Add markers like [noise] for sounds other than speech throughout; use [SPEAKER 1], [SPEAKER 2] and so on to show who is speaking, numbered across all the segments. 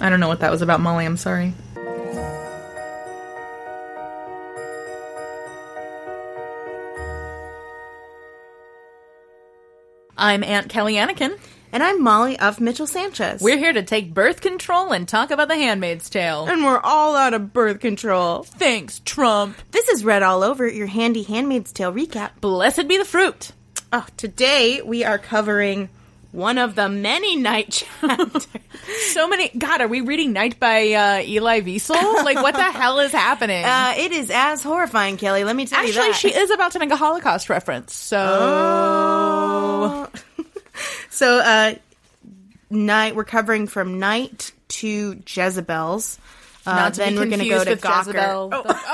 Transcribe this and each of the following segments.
[SPEAKER 1] I don't know what that was about, Molly. I'm sorry. I'm Aunt Kelly Anakin.
[SPEAKER 2] And I'm Molly of Mitchell Sanchez.
[SPEAKER 1] We're here to take birth control and talk about The Handmaid's Tale.
[SPEAKER 2] and we're all out of birth control.
[SPEAKER 1] Thanks, Trump.
[SPEAKER 2] This is Red All Over, your handy Handmaid's Tale recap.
[SPEAKER 1] Blessed be the fruit.
[SPEAKER 2] Oh, today we are covering one of the many night [laughs] chapters.
[SPEAKER 1] So many. God, are we reading Night by uh, Eli Wiesel? Like, what the hell is happening?
[SPEAKER 2] uh, it is as horrifying, Kelly. Let me tell you
[SPEAKER 1] Actually,
[SPEAKER 2] that.
[SPEAKER 1] she is about to make a Holocaust reference. So,
[SPEAKER 2] [laughs] Oh. so, uh, night we're covering from night to Jezebel's. Uh,
[SPEAKER 1] not to
[SPEAKER 2] then
[SPEAKER 1] be
[SPEAKER 2] we're
[SPEAKER 1] confused
[SPEAKER 2] gonna go to
[SPEAKER 1] with
[SPEAKER 2] Gawker.
[SPEAKER 1] Jezebel.
[SPEAKER 2] [laughs]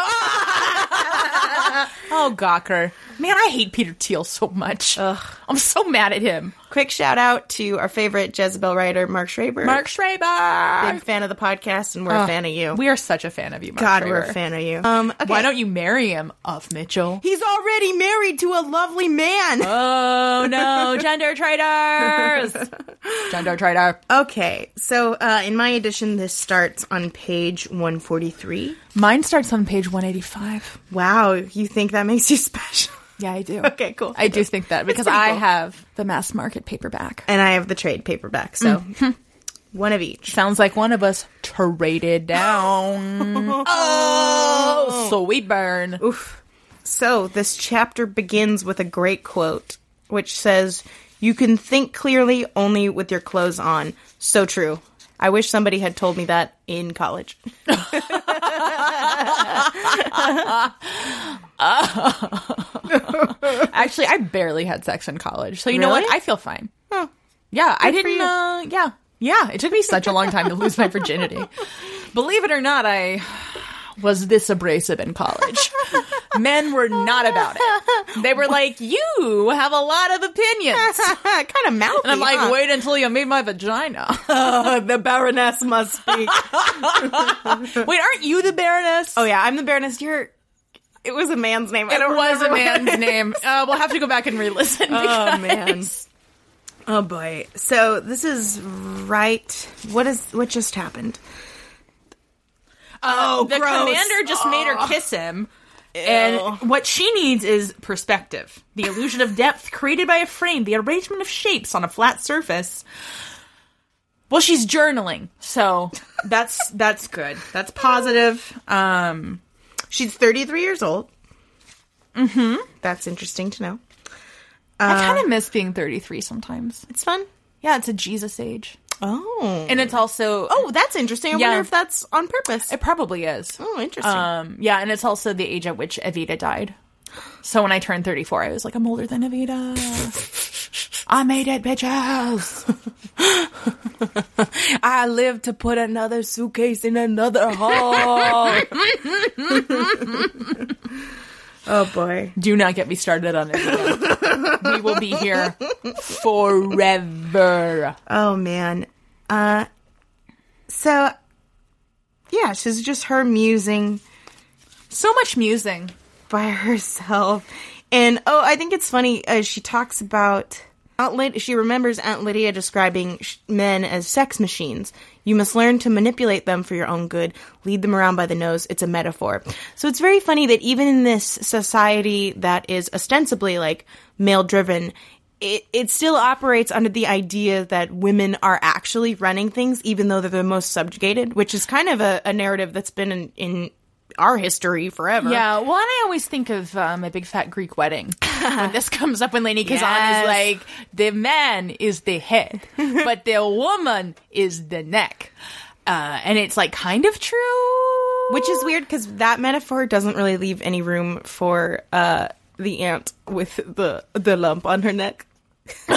[SPEAKER 1] Oh. oh, Gawker. Man, I hate Peter Thiel so much. I'm so mad at him.
[SPEAKER 2] Quick shout out to our favorite Jezebel writer, Mark Schreiber.
[SPEAKER 1] Mark Schreiber.
[SPEAKER 2] big fan of the podcast, and we're a fan of you.
[SPEAKER 1] We are such a fan of you, Mark
[SPEAKER 2] Oh, God, we're
[SPEAKER 1] Schreiber.
[SPEAKER 2] a fan of you. Um, okay.
[SPEAKER 1] Why don't you marry him, of
[SPEAKER 2] [laughs]
[SPEAKER 1] Mitchell?
[SPEAKER 2] He's already married to a lovely man.
[SPEAKER 1] Oh no, gender traitors! [laughs] gender traitor.
[SPEAKER 2] okay, so uh, in my edition, this starts on page 143.
[SPEAKER 1] Mine starts on page 185.
[SPEAKER 2] Wow, you think that makes you [laughs] special?
[SPEAKER 1] Yeah, I do.
[SPEAKER 2] Okay, cool.
[SPEAKER 1] I do think that because
[SPEAKER 2] pretty
[SPEAKER 1] I
[SPEAKER 2] cool.
[SPEAKER 1] have the mass market paperback.
[SPEAKER 2] And I have the trade paperback, so [laughs] one of each.
[SPEAKER 1] Sounds like one of us traded down.
[SPEAKER 2] [laughs]
[SPEAKER 1] oh, sweet burn.
[SPEAKER 2] So this chapter begins with a great quote, which says, You can think clearly only with your clothes on. So true. I wish somebody had told me that in college.
[SPEAKER 1] Actually, I barely had sex in college, so you know
[SPEAKER 2] Really?
[SPEAKER 1] what? I feel fine. Yeah, I didn't.
[SPEAKER 2] you.
[SPEAKER 1] Uh, yeah, yeah. It took me such a long time to lose my virginity. Believe it or not, I was this abrasive in college. Men were not about it. They were like, "You have a lot of
[SPEAKER 2] [laughs]
[SPEAKER 1] opinions,"
[SPEAKER 2] kind of mouthy.
[SPEAKER 1] and I'm
[SPEAKER 2] huh?
[SPEAKER 1] like, "Wait until you meet my vagina." [laughs]
[SPEAKER 2] the Baroness must speak.
[SPEAKER 1] Wait, aren't you the Baroness?
[SPEAKER 2] [laughs] oh yeah, I'm the Baroness. You're. It was a man's name. I
[SPEAKER 1] it
[SPEAKER 2] don't
[SPEAKER 1] was a
[SPEAKER 2] remember what
[SPEAKER 1] man's
[SPEAKER 2] it-
[SPEAKER 1] name. Uh, we'll have to go back and re-listen.
[SPEAKER 2] Oh
[SPEAKER 1] because-
[SPEAKER 2] man. [laughs] Oh boy. So this is right. What is what just happened? Oh,
[SPEAKER 1] the commander just made her kiss him. And what she needs is perspective. The illusion of depth created by a frame, the arrangement of shapes on a flat surface. Well, she's journaling, so that's [laughs] that's good. That's positive. Um
[SPEAKER 2] She's 33 years old. Mm-hmm. That's interesting to know.
[SPEAKER 1] I kind of miss being 33 sometimes.
[SPEAKER 2] It's fun.
[SPEAKER 1] Uh, Yeah, it's a Jesus age.
[SPEAKER 2] Oh.
[SPEAKER 1] And it's also
[SPEAKER 2] oh, that's interesting. I
[SPEAKER 1] Yeah.
[SPEAKER 2] wonder if that's on purpose.
[SPEAKER 1] it probably is.
[SPEAKER 2] oh, interesting.
[SPEAKER 1] Um yeah, and it's also the age at which Evita died. So when I turned 34, I was like I'm older than Evita.
[SPEAKER 2] [laughs]
[SPEAKER 1] I made it, bitches.
[SPEAKER 2] I live to put another suitcase in another hole. oh boy.
[SPEAKER 1] Do not get me started on it. we will be here forever.
[SPEAKER 2] Oh man. Uh so yeah, she's just her musing
[SPEAKER 1] So much musing.
[SPEAKER 2] by [laughs] herself. And oh, I think it's funny uh, she talks about Aunt Lyd- she remembers Aunt Lydia describing sh- men as sex machines. You must learn to manipulate them for your own good. Lead them around by the nose. It's a metaphor. So it's very funny that even in this society that is ostensibly like male driven, it, it still operates under the idea that women are actually running things, even though they're the most subjugated, which is kind of a, a narrative that's been in, in our history forever.
[SPEAKER 1] Yeah, well, and I always think of uh, my big fat Greek wedding. when
[SPEAKER 2] [laughs]
[SPEAKER 1] this comes up, when Lainey Kazan
[SPEAKER 2] Yes.
[SPEAKER 1] is like, the man is the
[SPEAKER 2] [laughs]
[SPEAKER 1] head, but the woman is the neck. Uh, and it's like kind of true.
[SPEAKER 2] Which is weird because that metaphor doesn't really leave any room for uh, the ant with the the lump on her neck.
[SPEAKER 1] my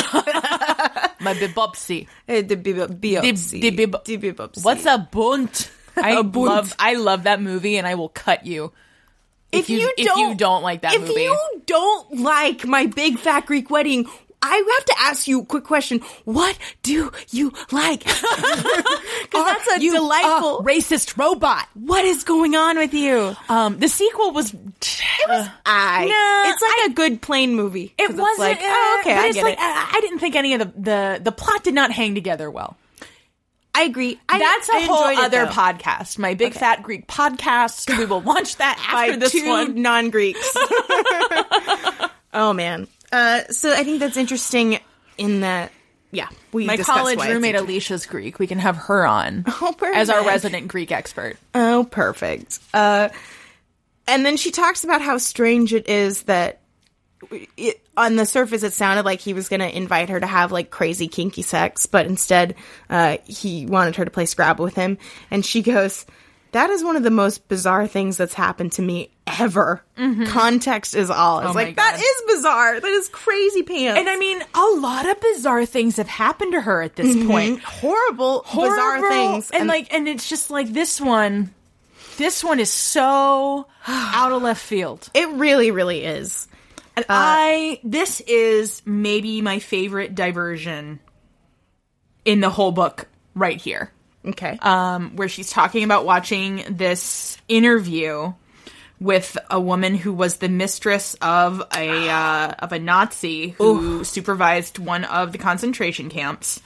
[SPEAKER 1] bibopsy.
[SPEAKER 2] Eh, The bib- biopsy.
[SPEAKER 1] the bib-
[SPEAKER 2] The bibopsy.
[SPEAKER 1] What's a bunt? I
[SPEAKER 2] A bunt.
[SPEAKER 1] love I love that movie, and I will cut you if you, if you don't like that
[SPEAKER 2] if
[SPEAKER 1] movie.
[SPEAKER 2] you don't like my big fat Greek wedding, I have to ask you a quick question. What do you [laughs] like? Because that's a
[SPEAKER 1] you
[SPEAKER 2] delightful.
[SPEAKER 1] a racist robot.
[SPEAKER 2] what is going on with you?
[SPEAKER 1] Um, the sequel was.
[SPEAKER 2] I.
[SPEAKER 1] Nah,
[SPEAKER 2] it's like a good plane movie.
[SPEAKER 1] it
[SPEAKER 2] 'Cause Uh, it's
[SPEAKER 1] wasn't. uh,
[SPEAKER 2] Like, oh, okay,
[SPEAKER 1] but
[SPEAKER 2] I
[SPEAKER 1] it's
[SPEAKER 2] get
[SPEAKER 1] like uh,
[SPEAKER 2] it.
[SPEAKER 1] I, I didn't think any of the, the the plot did not hang together well.
[SPEAKER 2] I agree. I,
[SPEAKER 1] That's a
[SPEAKER 2] I
[SPEAKER 1] whole
[SPEAKER 2] enjoyed it,
[SPEAKER 1] other
[SPEAKER 2] though.
[SPEAKER 1] podcast. My big fat Greek podcast. We will launch
[SPEAKER 2] [laughs]
[SPEAKER 1] that
[SPEAKER 2] by
[SPEAKER 1] after this
[SPEAKER 2] two
[SPEAKER 1] one.
[SPEAKER 2] non-Greeks.
[SPEAKER 1] [laughs]
[SPEAKER 2] oh man. Uh, so I think that's interesting. In that, yeah, we
[SPEAKER 1] My
[SPEAKER 2] discussed
[SPEAKER 1] college
[SPEAKER 2] why it's
[SPEAKER 1] roommate
[SPEAKER 2] interesting.
[SPEAKER 1] Alicia's Greek. We can have her on
[SPEAKER 2] [laughs] Oh, perfect.
[SPEAKER 1] as our resident Greek expert.
[SPEAKER 2] Oh, perfect. Uh, and then she talks about how strange it is that it, on the surface it sounded like he was going to invite her to have like crazy kinky sex, but instead uh, he wanted her to play Scrabble with him. And she goes, "That is one of the most bizarre things that's happened to me ever. Context is all. It's
[SPEAKER 1] Mm-hmm. Oh my
[SPEAKER 2] like that
[SPEAKER 1] God.
[SPEAKER 2] is bizarre. That is crazy pants.
[SPEAKER 1] And I mean, a lot of bizarre things have happened to her at this point.
[SPEAKER 2] horrible, Mm-hmm. bizarre
[SPEAKER 1] Horrible,
[SPEAKER 2] things.
[SPEAKER 1] and, like, and it's just like this one. This one is
[SPEAKER 2] [sighs]
[SPEAKER 1] so out of left field.
[SPEAKER 2] it really, really is.
[SPEAKER 1] And
[SPEAKER 2] Uh,
[SPEAKER 1] I this is maybe my favorite diversion in the whole book right here.
[SPEAKER 2] Okay.
[SPEAKER 1] um, where she's talking about watching this interview with a woman who was the mistress of a uh, of a Nazi who supervised one of the concentration camps,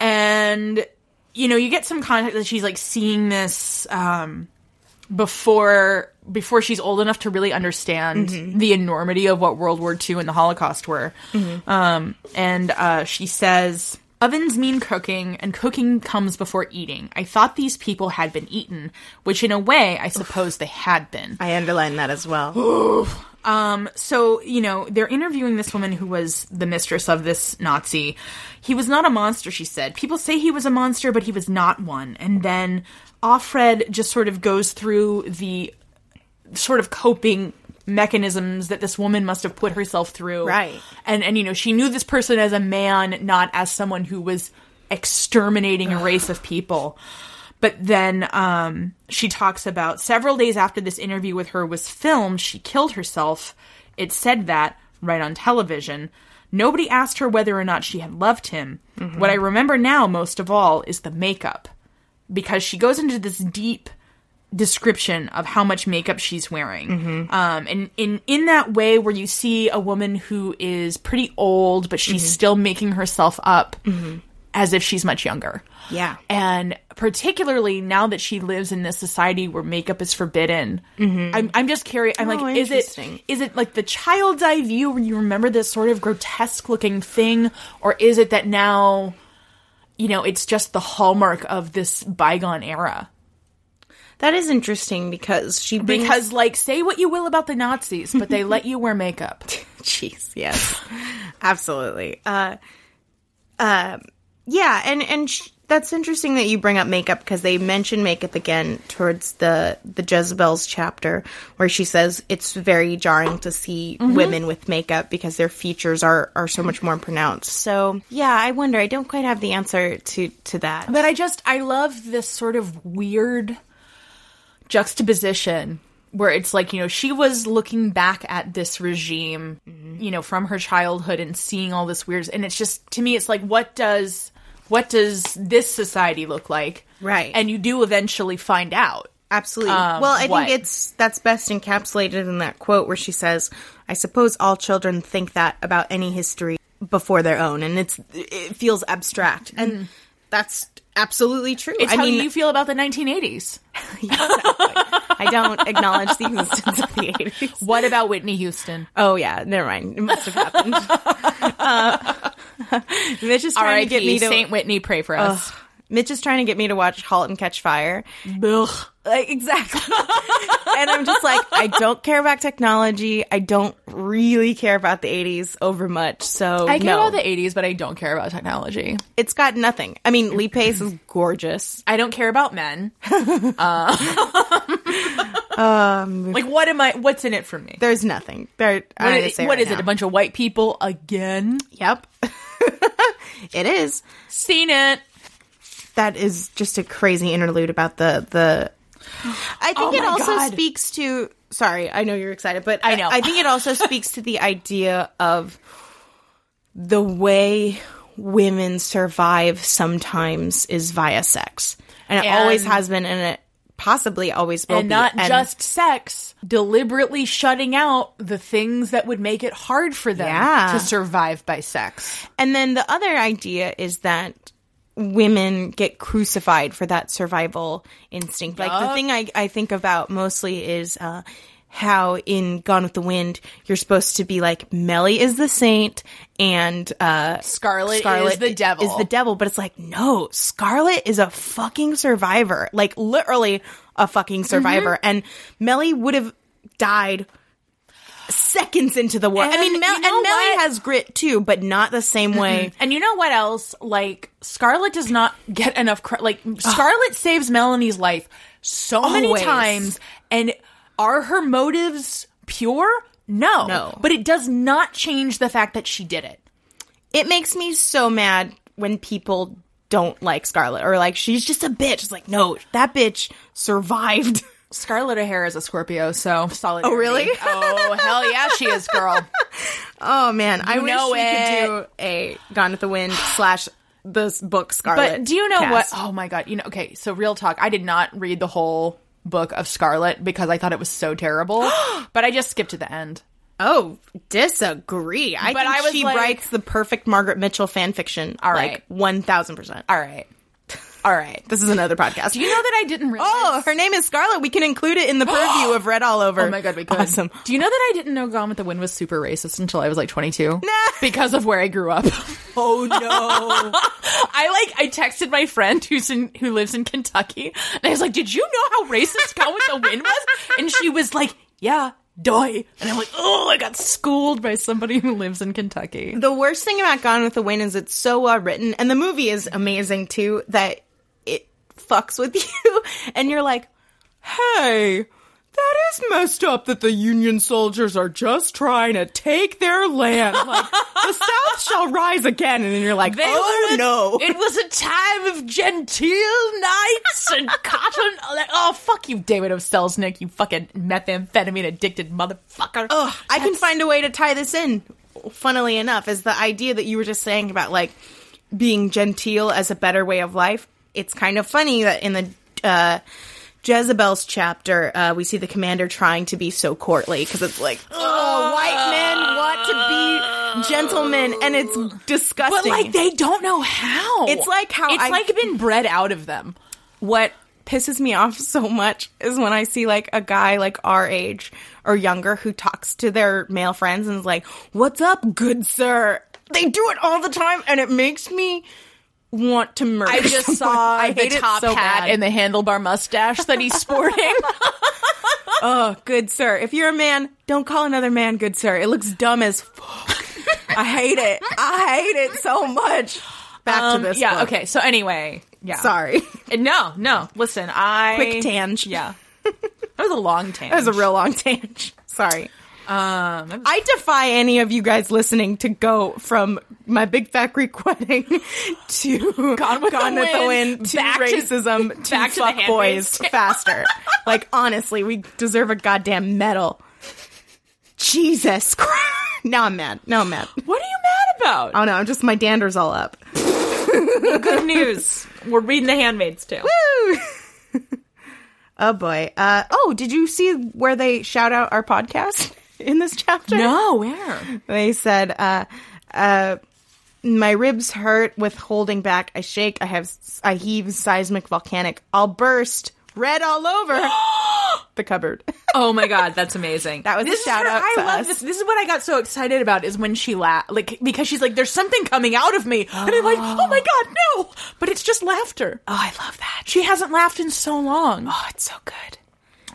[SPEAKER 1] and you know you get some context that she's like seeing this um, before before she's old enough to really understand the enormity of what World War II and the Holocaust were. Um, and uh, she says, Ovens mean cooking, and cooking comes before eating. I thought these people had been eaten, which in a way I suppose they had been.
[SPEAKER 2] I underline that as well.
[SPEAKER 1] So, you know, they're interviewing this woman who was the mistress of this Nazi. He was not a monster, she said. People say he was a monster, but he was not one. And then Offred just sort of goes through the sort of coping mechanisms that this woman must have put herself through.
[SPEAKER 2] Right.
[SPEAKER 1] And and you know, she knew this person as a man, not as someone who was exterminating a race of people. But then um, she talks about several days after this interview with her was filmed, she killed herself. It said that right on television. Nobody asked her whether or not she had loved him. What I remember now most of all is the makeup because she goes into this deep description of how much makeup she's wearing. Um, and in in that way, where you see a woman who is pretty old, but she's still making herself up as if she's much younger.
[SPEAKER 2] Yeah.
[SPEAKER 1] And particularly now that she lives in this society where makeup is forbidden, I'm, I'm just curious. I'm
[SPEAKER 2] Oh,
[SPEAKER 1] like, is it
[SPEAKER 2] interesting.
[SPEAKER 1] is it like the child's eye view where you remember this sort of grotesque looking thing, or is it that now, you know, it's just the hallmark of this bygone era?
[SPEAKER 2] That is interesting because she brings-
[SPEAKER 1] Because, [laughs] like, say what you will about the Nazis, but they let you wear
[SPEAKER 2] [laughs]
[SPEAKER 1] makeup.
[SPEAKER 2] Jeez, yes, [laughs] absolutely. Uh, uh, um, yeah, and and sh- that's interesting that you bring up makeup because they mention makeup again towards the the Jezebel's chapter where she says it's very jarring to see women with makeup because their features are are so much more pronounced. So yeah, I wonder. I don't quite have the answer to to that.
[SPEAKER 1] But I just I love this sort of weird juxtaposition where it's like, you know, she was looking back at this regime, you know, from her childhood and seeing all this weird and it's just to me it's like what does what does this society look like?
[SPEAKER 2] Right.
[SPEAKER 1] And you do eventually find out.
[SPEAKER 2] Absolutely.
[SPEAKER 1] um,
[SPEAKER 2] well, I
[SPEAKER 1] what?
[SPEAKER 2] think it's that's best encapsulated in that quote where she says, "I suppose all children think that about any history before their own," and it's it feels abstract, and that's absolutely true.
[SPEAKER 1] Mm. It's
[SPEAKER 2] I
[SPEAKER 1] how
[SPEAKER 2] mean,
[SPEAKER 1] you feel about the 1980s.
[SPEAKER 2] I
[SPEAKER 1] [laughs]
[SPEAKER 2] don't acknowledge the existence of the eighties.
[SPEAKER 1] What about Whitney
[SPEAKER 2] [laughs]
[SPEAKER 1] Houston?
[SPEAKER 2] Oh yeah, never mind. It must have
[SPEAKER 1] [laughs]
[SPEAKER 2] happened. uh, [laughs] Mitch is trying to get me
[SPEAKER 1] R.I.P.
[SPEAKER 2] to.
[SPEAKER 1] Saint Whitney, pray for us.
[SPEAKER 2] Mitch is trying to get me to watch *Halt and Catch Fire*.
[SPEAKER 1] Ugh.
[SPEAKER 2] Like, exactly. and I'm just like, I don't care about technology. I don't really care about the 80s over much. So
[SPEAKER 1] I care
[SPEAKER 2] no.
[SPEAKER 1] about the 80s, but I don't care about technology.
[SPEAKER 2] it's got nothing. I mean, Lee Pace is gorgeous.
[SPEAKER 1] I don't care about men. um, like, what am I? What's in it for me?
[SPEAKER 2] There's nothing. There,
[SPEAKER 1] What
[SPEAKER 2] I
[SPEAKER 1] is, what is it? A bunch of white people again?
[SPEAKER 2] Yep. [laughs] it is.
[SPEAKER 1] Seen it?
[SPEAKER 2] That is just a crazy interlude about the the. I think
[SPEAKER 1] Oh
[SPEAKER 2] it
[SPEAKER 1] my
[SPEAKER 2] also
[SPEAKER 1] God.
[SPEAKER 2] speaks to. Sorry, I know you're excited, but
[SPEAKER 1] I know.
[SPEAKER 2] I think it also speaks to the idea of the way women survive sometimes is via sex, and it always
[SPEAKER 1] And-
[SPEAKER 2] has been, and it possibly always will
[SPEAKER 1] And
[SPEAKER 2] be.
[SPEAKER 1] not
[SPEAKER 2] And-
[SPEAKER 1] just sex. Deliberately shutting out the things that would make it hard for them
[SPEAKER 2] Yeah.
[SPEAKER 1] to survive by sex.
[SPEAKER 2] And then the other idea is that women get crucified for that survival instinct. Like the thing I, I think about mostly is uh, how in Gone with the Wind you're supposed to be like Melly is the saint and uh,
[SPEAKER 3] Scarlet, is the devil.
[SPEAKER 2] Is the devil, but it's like no, Scarlet is a fucking survivor. Like literally a fucking survivor,
[SPEAKER 1] Mm-hmm.
[SPEAKER 2] and Melly would have died. Seconds into the war, I
[SPEAKER 1] And
[SPEAKER 2] mean, Mel-
[SPEAKER 1] you know
[SPEAKER 2] and Melly
[SPEAKER 1] what?
[SPEAKER 2] has grit too, but not the same way.
[SPEAKER 1] And you know what else? Like Scarlet does not get enough credit. Like Scarlet saves Melanie's life so many
[SPEAKER 2] Always.
[SPEAKER 1] times, and are her motives pure? No,
[SPEAKER 2] No.
[SPEAKER 1] But it does not change the fact that she did it.
[SPEAKER 2] it makes me so mad when people don't like Scarlet or like she's just a bitch. It's like no, that bitch survived. [laughs]
[SPEAKER 1] Scarlet O'Hara is a Scorpio, so solid.
[SPEAKER 2] really?
[SPEAKER 1] [laughs] oh hell yeah, she is, girl.
[SPEAKER 2] Oh man, I wish
[SPEAKER 1] know
[SPEAKER 2] we
[SPEAKER 1] it.
[SPEAKER 2] could do a Gone with the Wind slash this book
[SPEAKER 1] [laughs]
[SPEAKER 2] Scarlet.
[SPEAKER 1] But do you know
[SPEAKER 2] cast.
[SPEAKER 1] what? Oh my god! You know, okay. So real talk. I did not read the whole book of Scarlet because I thought it was so [gasps] terrible, but I just skipped to the end.
[SPEAKER 2] Oh, disagree. I
[SPEAKER 1] But
[SPEAKER 2] think
[SPEAKER 1] I was
[SPEAKER 2] she
[SPEAKER 1] like-
[SPEAKER 2] writes the perfect Margaret Mitchell fan fiction. All
[SPEAKER 1] right.
[SPEAKER 2] like one thousand percent.
[SPEAKER 1] All right, all right.
[SPEAKER 2] This is another podcast.
[SPEAKER 1] Do you know that I didn't realize?
[SPEAKER 2] Oh, her name is Scarlet. We can include it in [gasps] the purview of Red All Over.
[SPEAKER 1] Oh my god, we could.
[SPEAKER 2] Awesome.
[SPEAKER 1] Do you know that I didn't know Gone with the Wind was super racist until I was like 22? Because of where I grew up.
[SPEAKER 2] Oh no.
[SPEAKER 1] [laughs] I like I texted my friend who's in who lives in Kentucky, and I was like, "Did you know how racist Gone with the Wind was?" And she was like, "Yeah, doy." And I'm like, "Oh, I got schooled by somebody who lives in Kentucky."
[SPEAKER 2] The worst thing about Gone with the Wind is it's so well written, and the movie is amazing too. That it fucks with [laughs] you, and you're like, "Hey, that is messed up that the Union soldiers are just trying to take their land. Like, the South shall rise again." And then you're like, "Oh
[SPEAKER 1] were- [laughs]
[SPEAKER 2] no!"
[SPEAKER 1] It was a time of genteel nights [laughs] and cotton. Oh, fuck you, David O. Selznick, you fucking methamphetamine addicted motherfucker.
[SPEAKER 2] Ugh, I can find a way to tie this in. Funnily enough, is the idea that you were just saying about like being genteel as a better way of life. It's kind of funny that in the uh, Jezebel's chapter, uh, we see the commander trying to be so courtly because it's like, oh, white men want to be gentlemen, and it's
[SPEAKER 1] But
[SPEAKER 2] disgusting.
[SPEAKER 1] like they don't know how.
[SPEAKER 2] It's like how
[SPEAKER 1] it's
[SPEAKER 2] I-
[SPEAKER 1] like been bred out of them.
[SPEAKER 2] what pisses me off so much is when I see like a guy like our age or younger who talks to their male friends and is like, "What's up, good sir?" They do it all the time, and it makes me want to murder.
[SPEAKER 1] I [laughs] just
[SPEAKER 2] someone.
[SPEAKER 1] saw
[SPEAKER 2] I
[SPEAKER 1] the
[SPEAKER 2] hate
[SPEAKER 1] top
[SPEAKER 2] it so
[SPEAKER 1] hat
[SPEAKER 2] bad.
[SPEAKER 1] and the handlebar mustache that he's [laughs] sporting.
[SPEAKER 2] oh, good sir. If you're a man, don't call another man good sir. It looks dumb as fuck. I hate it. I hate it so much. Back
[SPEAKER 1] Um,
[SPEAKER 2] to this.
[SPEAKER 1] yeah.
[SPEAKER 2] book.
[SPEAKER 1] Okay. So anyway. Yeah.
[SPEAKER 2] Sorry.
[SPEAKER 1] [laughs] No. No. Listen. I
[SPEAKER 2] Quick tang.
[SPEAKER 1] Yeah. That was a long tangent.
[SPEAKER 2] That was a real long [laughs] tangent. Sorry. Um, I defy any of you guys listening to go from my big fat Greek [laughs] wedding to
[SPEAKER 1] Gone with the Wind,
[SPEAKER 2] to
[SPEAKER 1] back to- [laughs]
[SPEAKER 2] racism to,
[SPEAKER 1] back to the
[SPEAKER 2] fuck
[SPEAKER 1] hand
[SPEAKER 2] boys
[SPEAKER 1] raised. [laughs]
[SPEAKER 2] faster. like honestly, we deserve a goddamn medal. Jesus [laughs] Christ! Now I'm mad. Now I'm mad.
[SPEAKER 1] What are you mad about?
[SPEAKER 2] Oh no, I'm just my dander's
[SPEAKER 1] [laughs]
[SPEAKER 2] all up.
[SPEAKER 1] Good news. We're reading The Handmaid's Tale.
[SPEAKER 2] Oh boy. Uh, oh, did you see where they shout out our podcast in this chapter?
[SPEAKER 1] No. Where?
[SPEAKER 2] they said, uh, uh, my ribs hurt with holding back. I shake. I have. I heave. Seismic. Volcanic. I'll burst. Red all
[SPEAKER 1] [gasps]
[SPEAKER 2] over the cupboard.
[SPEAKER 1] Oh my god, that's amazing.
[SPEAKER 2] That was a
[SPEAKER 1] this is
[SPEAKER 2] shout
[SPEAKER 1] her-
[SPEAKER 2] out
[SPEAKER 1] I
[SPEAKER 2] to
[SPEAKER 1] love
[SPEAKER 2] us.
[SPEAKER 1] this. This is what I got so excited about is when she laughed, like because she's like, "There's something coming out of me," and
[SPEAKER 2] [gasps]
[SPEAKER 1] I'm like, "Oh my god, no!" But it's just laughter.
[SPEAKER 2] Oh, I love that.
[SPEAKER 1] She hasn't laughed in so long.
[SPEAKER 2] Oh, it's so good.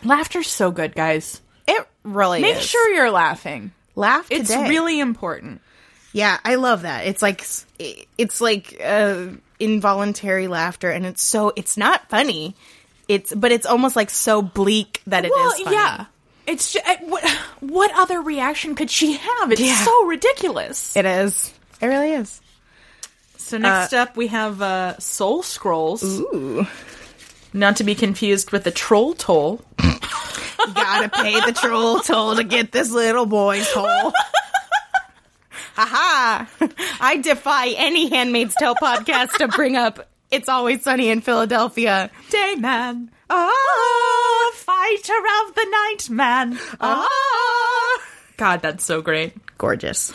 [SPEAKER 1] Laughter's so good, guys.
[SPEAKER 2] It really
[SPEAKER 1] Make
[SPEAKER 2] is.
[SPEAKER 1] sure you're laughing.
[SPEAKER 2] laugh.
[SPEAKER 1] It's
[SPEAKER 2] today.
[SPEAKER 1] really important.
[SPEAKER 2] yeah. I love that. It's like s- it- it's like uh, involuntary laughter, and it's so it's not funny. It's but it's almost like so bleak that it is. funny.
[SPEAKER 1] yeah. It's just, what what other reaction could she have? It's
[SPEAKER 2] Yeah.
[SPEAKER 1] so ridiculous.
[SPEAKER 2] it is. It really is.
[SPEAKER 1] So next up we have uh, Soul Scrolls. Ooh. Not to be confused with the Troll Toll.
[SPEAKER 2] Gotta pay the troll toll to get this little boy's hole. Aha! I defy any Handmaid's Tale podcast to bring up It's Always Sunny in Philadelphia.
[SPEAKER 1] Day man.
[SPEAKER 2] Ah!
[SPEAKER 1] Fighter of the night man.
[SPEAKER 2] Ah!
[SPEAKER 1] [laughs] God, that's so great.
[SPEAKER 2] Gorgeous.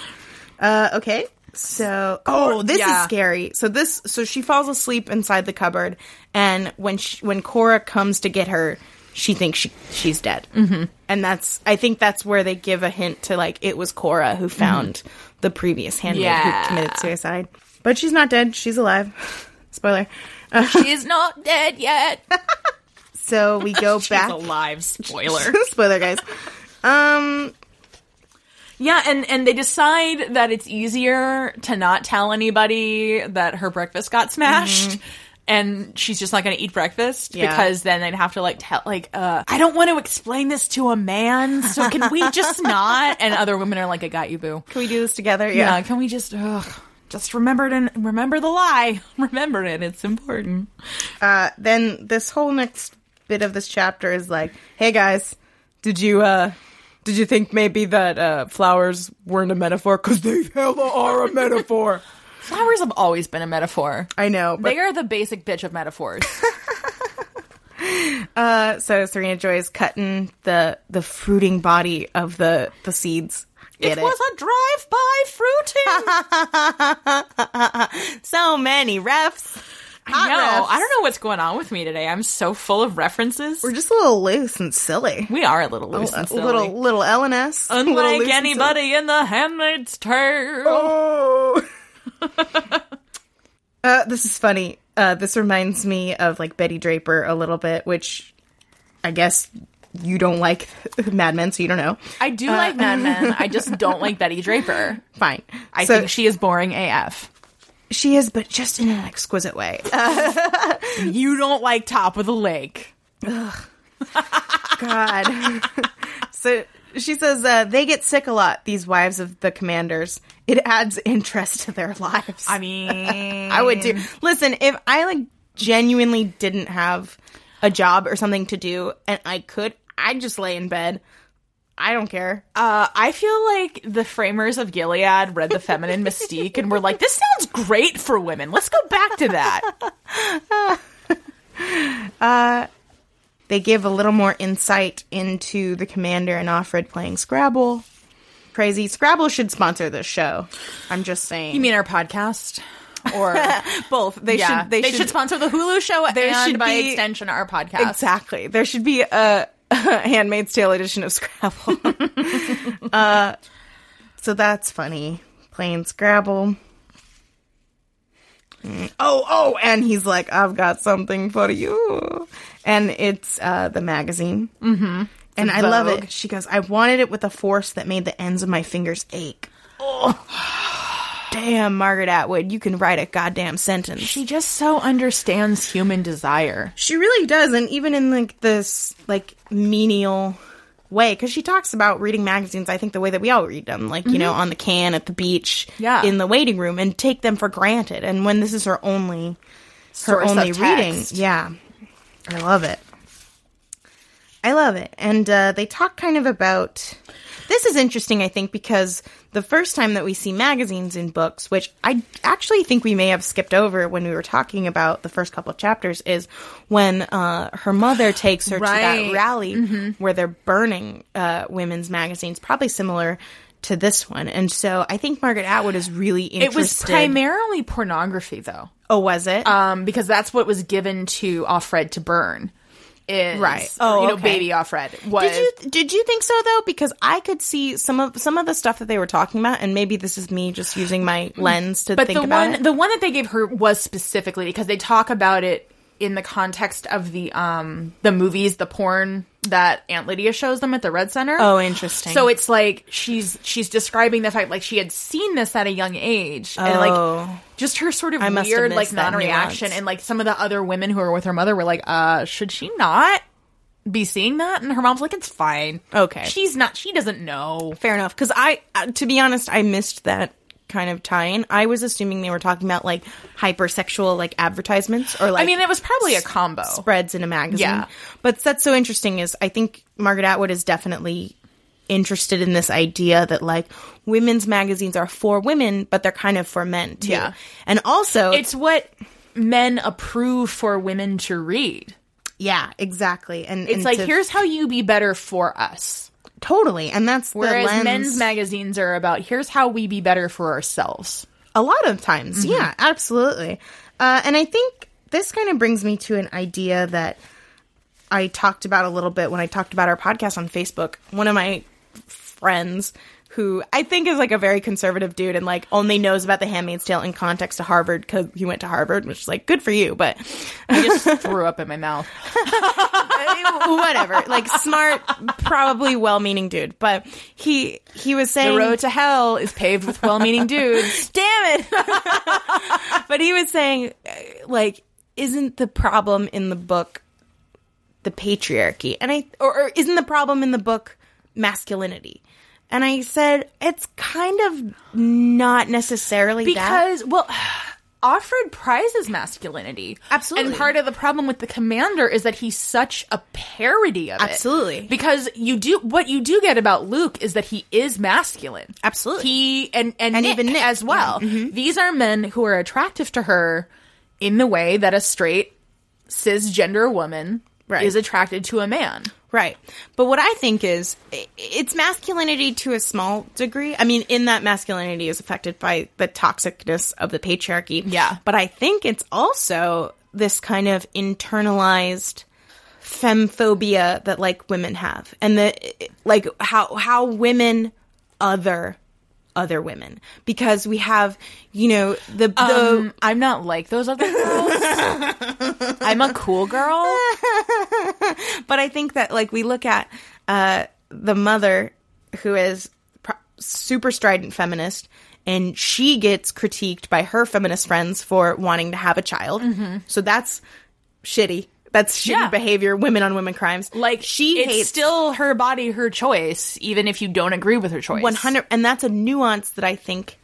[SPEAKER 2] Uh, okay. So, oh, this
[SPEAKER 1] yeah.
[SPEAKER 2] is scary. So this, so she falls asleep inside the cupboard, and when she, when Cora comes to get her, she thinks she she's dead, mm-hmm. and that's I think that's where they give a hint to like it was Cora who found the previous handmaid
[SPEAKER 1] Yeah.
[SPEAKER 2] who committed suicide, but she's not dead. She's alive. Spoiler. Uh,
[SPEAKER 1] She's not dead yet.
[SPEAKER 2] so [laughs] we go back.
[SPEAKER 1] alive. Spoiler.
[SPEAKER 2] Spoiler, guys. Um,
[SPEAKER 1] Yeah, and and they decide that it's easier to not tell anybody that her breakfast got smashed. Mm-hmm. And she's just not going to eat breakfast
[SPEAKER 2] Yeah.
[SPEAKER 1] because then they'd have to like tell like uh, I don't want to explain this to a man, so can [laughs] we just not? And other women are like, I got you, boo.
[SPEAKER 2] [laughs] can we do this together?
[SPEAKER 1] Yeah,
[SPEAKER 2] Yeah.
[SPEAKER 1] can we just ugh, just remember it and remember the lie, [laughs] remember it. It's important.
[SPEAKER 2] Uh, then this whole next bit of this chapter is like, hey guys, did you uh, did you think maybe that uh, flowers weren't a metaphor? Because they hella are a metaphor.
[SPEAKER 1] Flowers have always been a metaphor.
[SPEAKER 2] [laughs] I know, but
[SPEAKER 1] They are the basic bitch of metaphors.
[SPEAKER 2] so Serena Joy is cutting the the fruiting body of the the seeds.
[SPEAKER 1] [laughs]
[SPEAKER 2] Get
[SPEAKER 1] it was a drive-by fruiting.
[SPEAKER 2] so many refs. Hot
[SPEAKER 1] No,
[SPEAKER 2] refs.
[SPEAKER 1] I don't know what's going on with me today. I'm so full of references.
[SPEAKER 2] We're just a little loose and silly.
[SPEAKER 1] We are a little loose
[SPEAKER 2] A
[SPEAKER 1] and silly.
[SPEAKER 2] little little L and S. A little
[SPEAKER 1] Unlike
[SPEAKER 2] loose and silly.
[SPEAKER 1] anybody in the Handmaid's Tale.
[SPEAKER 2] Oh. [laughs] uh, this is funny. Uh, this reminds me of like Betty Draper a little bit, which I guess you don't like [laughs] Mad Men, so you don't know.
[SPEAKER 1] I do
[SPEAKER 2] Uh,
[SPEAKER 1] like Mad
[SPEAKER 2] [laughs]
[SPEAKER 1] Men. I just don't like Betty Draper.
[SPEAKER 2] Fine.
[SPEAKER 1] I
[SPEAKER 2] So
[SPEAKER 1] think she is boring AF.
[SPEAKER 2] she is, but just in an exquisite [laughs] way. Uh,
[SPEAKER 1] You don't like Top of the Lake.
[SPEAKER 2] God. [laughs] so she says uh, they get sick a lot. These wives of the commanders. It adds interest to their lives.
[SPEAKER 1] I
[SPEAKER 2] [laughs]
[SPEAKER 1] mean,
[SPEAKER 2] I would do. Listen, if I like genuinely didn't have a job or something to do and I could, I'd just lay in bed. I don't care.
[SPEAKER 1] Uh, I feel like the framers of Gilead read the feminine mystique and were like, "This sounds great for women. Let's go back to
[SPEAKER 2] [laughs]
[SPEAKER 1] that."
[SPEAKER 2] They give a little more insight into the commander and Offred playing Scrabble. Crazy. Scrabble should sponsor this show. I'm just saying.
[SPEAKER 1] You mean our podcast? Or
[SPEAKER 2] both?
[SPEAKER 1] [laughs]
[SPEAKER 2] They
[SPEAKER 1] yeah,
[SPEAKER 2] should. They, should,
[SPEAKER 1] sponsor the Hulu show and
[SPEAKER 2] should
[SPEAKER 1] by
[SPEAKER 2] be-
[SPEAKER 1] extension our podcast.
[SPEAKER 2] Exactly. There should be a, [laughs] a Handmaid's Tale edition of Scrabble. [laughs] uh, so that's funny. Playing Scrabble. Mm. Oh, oh, and he's like, I've got something for you. And it's uh, the magazine. Mm-hmm. And I love
[SPEAKER 1] Vogue.
[SPEAKER 2] it. She goes, I wanted it with a force that made the ends of my fingers ache. Oh. Damn, Margaret Atwood, you can write a goddamn sentence.
[SPEAKER 1] She just so understands human desire.
[SPEAKER 2] She really does, and even in like this like menial way, because she talks about reading magazines. I think the way that we all read them, like you know, on the can at the beach,
[SPEAKER 1] Mm-hmm. Yeah.
[SPEAKER 2] in the waiting room, and take them for granted. And when this is her only, her
[SPEAKER 1] Source of
[SPEAKER 2] only reading,
[SPEAKER 1] text.
[SPEAKER 2] yeah, I love it. I love it, and uh, they talk kind of about. This is interesting, I think, because the first time that we see magazines in books, which I actually think we may have skipped over when we were talking about the first couple of chapters, is when uh,
[SPEAKER 1] [gasps]
[SPEAKER 2] her mother takes her to
[SPEAKER 1] Right. Mm-hmm.
[SPEAKER 2] that rally where they're burning uh, women's magazines, probably similar to this one. And so I think Margaret Atwood is really
[SPEAKER 1] It
[SPEAKER 2] interested.
[SPEAKER 1] was primarily pornography, though,
[SPEAKER 2] Oh, was it?
[SPEAKER 1] um, because that's what was given to Offred to burn. Is,
[SPEAKER 2] Right.
[SPEAKER 1] Oh,
[SPEAKER 2] Oh,
[SPEAKER 1] you know,
[SPEAKER 2] okay.
[SPEAKER 1] baby Offred was.
[SPEAKER 2] Did you did you think so though? Because I could see some of some of the stuff that they were talking about, and maybe this is me just using my lens to
[SPEAKER 1] but
[SPEAKER 2] think
[SPEAKER 1] the
[SPEAKER 2] about
[SPEAKER 1] one,
[SPEAKER 2] it.
[SPEAKER 1] the one that they gave her was specifically because they talk about it in the context of the um the movies, the porn that Aunt Lydia shows them at the Red Center.
[SPEAKER 2] Oh, interesting.
[SPEAKER 1] So it's like she's she's describing the fact like she had seen this at a young age and
[SPEAKER 2] Oh.
[SPEAKER 1] like just her sort of
[SPEAKER 2] I must have
[SPEAKER 1] weird like
[SPEAKER 2] missed that
[SPEAKER 1] non-reaction
[SPEAKER 2] nuance.
[SPEAKER 1] and like some of the other women who were with her mother were like uh should she not be seeing that and her mom's like it's fine.
[SPEAKER 2] Okay.
[SPEAKER 1] She's not she doesn't know.
[SPEAKER 2] fair enough. Because I, uh, to be honest, I missed that kind of tie-in. I was assuming they were talking about like hypersexual like advertisements or like
[SPEAKER 1] I mean it was probably a combo.
[SPEAKER 2] spreads in a magazine.
[SPEAKER 1] Yeah.
[SPEAKER 2] But that's so interesting is I think Margaret Atwood is definitely interested in this idea that like women's magazines are for women, but they're kind of for men too.
[SPEAKER 1] Yeah.
[SPEAKER 2] And also
[SPEAKER 1] It's what men approve for women to read.
[SPEAKER 2] Yeah, exactly. And
[SPEAKER 1] It's like here's how you be better for us.
[SPEAKER 2] totally, and that's
[SPEAKER 1] Whereas
[SPEAKER 2] the lens.
[SPEAKER 1] men's magazines are about here's how we be better for ourselves.
[SPEAKER 2] a lot of
[SPEAKER 1] Mm-hmm.
[SPEAKER 2] times. Yeah, absolutely. Uh, and I think this kind of brings me to an idea that I talked about a little bit when I talked about our podcast on Facebook. One of my friends who I think is like a very conservative dude and like only knows about The Handmaid's Tale in context to Harvard because he went to Harvard, which is like good for you,
[SPEAKER 1] [laughs]
[SPEAKER 2] but
[SPEAKER 1] I
[SPEAKER 2] [laughs]
[SPEAKER 1] just threw up in my mouth.
[SPEAKER 2] whatever. Like smart, probably well-meaning dude, but he he was saying
[SPEAKER 1] The road to hell is paved with
[SPEAKER 2] [laughs]
[SPEAKER 1] well-meaning dudes.
[SPEAKER 2] damn it. [laughs] but he was saying, uh, like, isn't the problem in the book the patriarchy? And I, or, or isn't the problem in the book masculinity? And I said, it's kind of not necessarily that.
[SPEAKER 1] Because well, [sighs] Offred prizes masculinity.
[SPEAKER 2] Absolutely.
[SPEAKER 1] And part of the problem with the commander is that he's such a parody of it.
[SPEAKER 2] Absolutely.
[SPEAKER 1] Because you do what you do get about Luke is that he is masculine.
[SPEAKER 2] Absolutely.
[SPEAKER 1] He and and,
[SPEAKER 2] And
[SPEAKER 1] Nick
[SPEAKER 2] even Nick, Mm-hmm.
[SPEAKER 1] as well. These are men who are attractive to her in the way that a straight cisgender woman
[SPEAKER 2] Right.
[SPEAKER 1] is attracted to a man.
[SPEAKER 2] Right. But what I think is i- it's masculinity to a small degree. I mean, in that masculinity is affected by the toxicness of the patriarchy.
[SPEAKER 1] Yeah.
[SPEAKER 2] But I think it's also this kind of internalized femphobia that like women have and the like how how women other other women because we have you know the the
[SPEAKER 1] Um, I'm not like those other
[SPEAKER 2] [laughs]
[SPEAKER 1] girls. I'm a cool girl.
[SPEAKER 2] but I think that like we look at uh, the mother who is pr- super strident feminist, and she gets critiqued by her feminist friends for wanting to have a child. So that's shitty. That's shitty
[SPEAKER 1] Mm-hmm. Yeah.
[SPEAKER 2] behavior. Women on women crimes.
[SPEAKER 1] Like
[SPEAKER 2] she
[SPEAKER 1] it's
[SPEAKER 2] hates
[SPEAKER 1] still her body, her choice, even if you don't agree with her choice.
[SPEAKER 2] one hundred, and that's a nuance that I think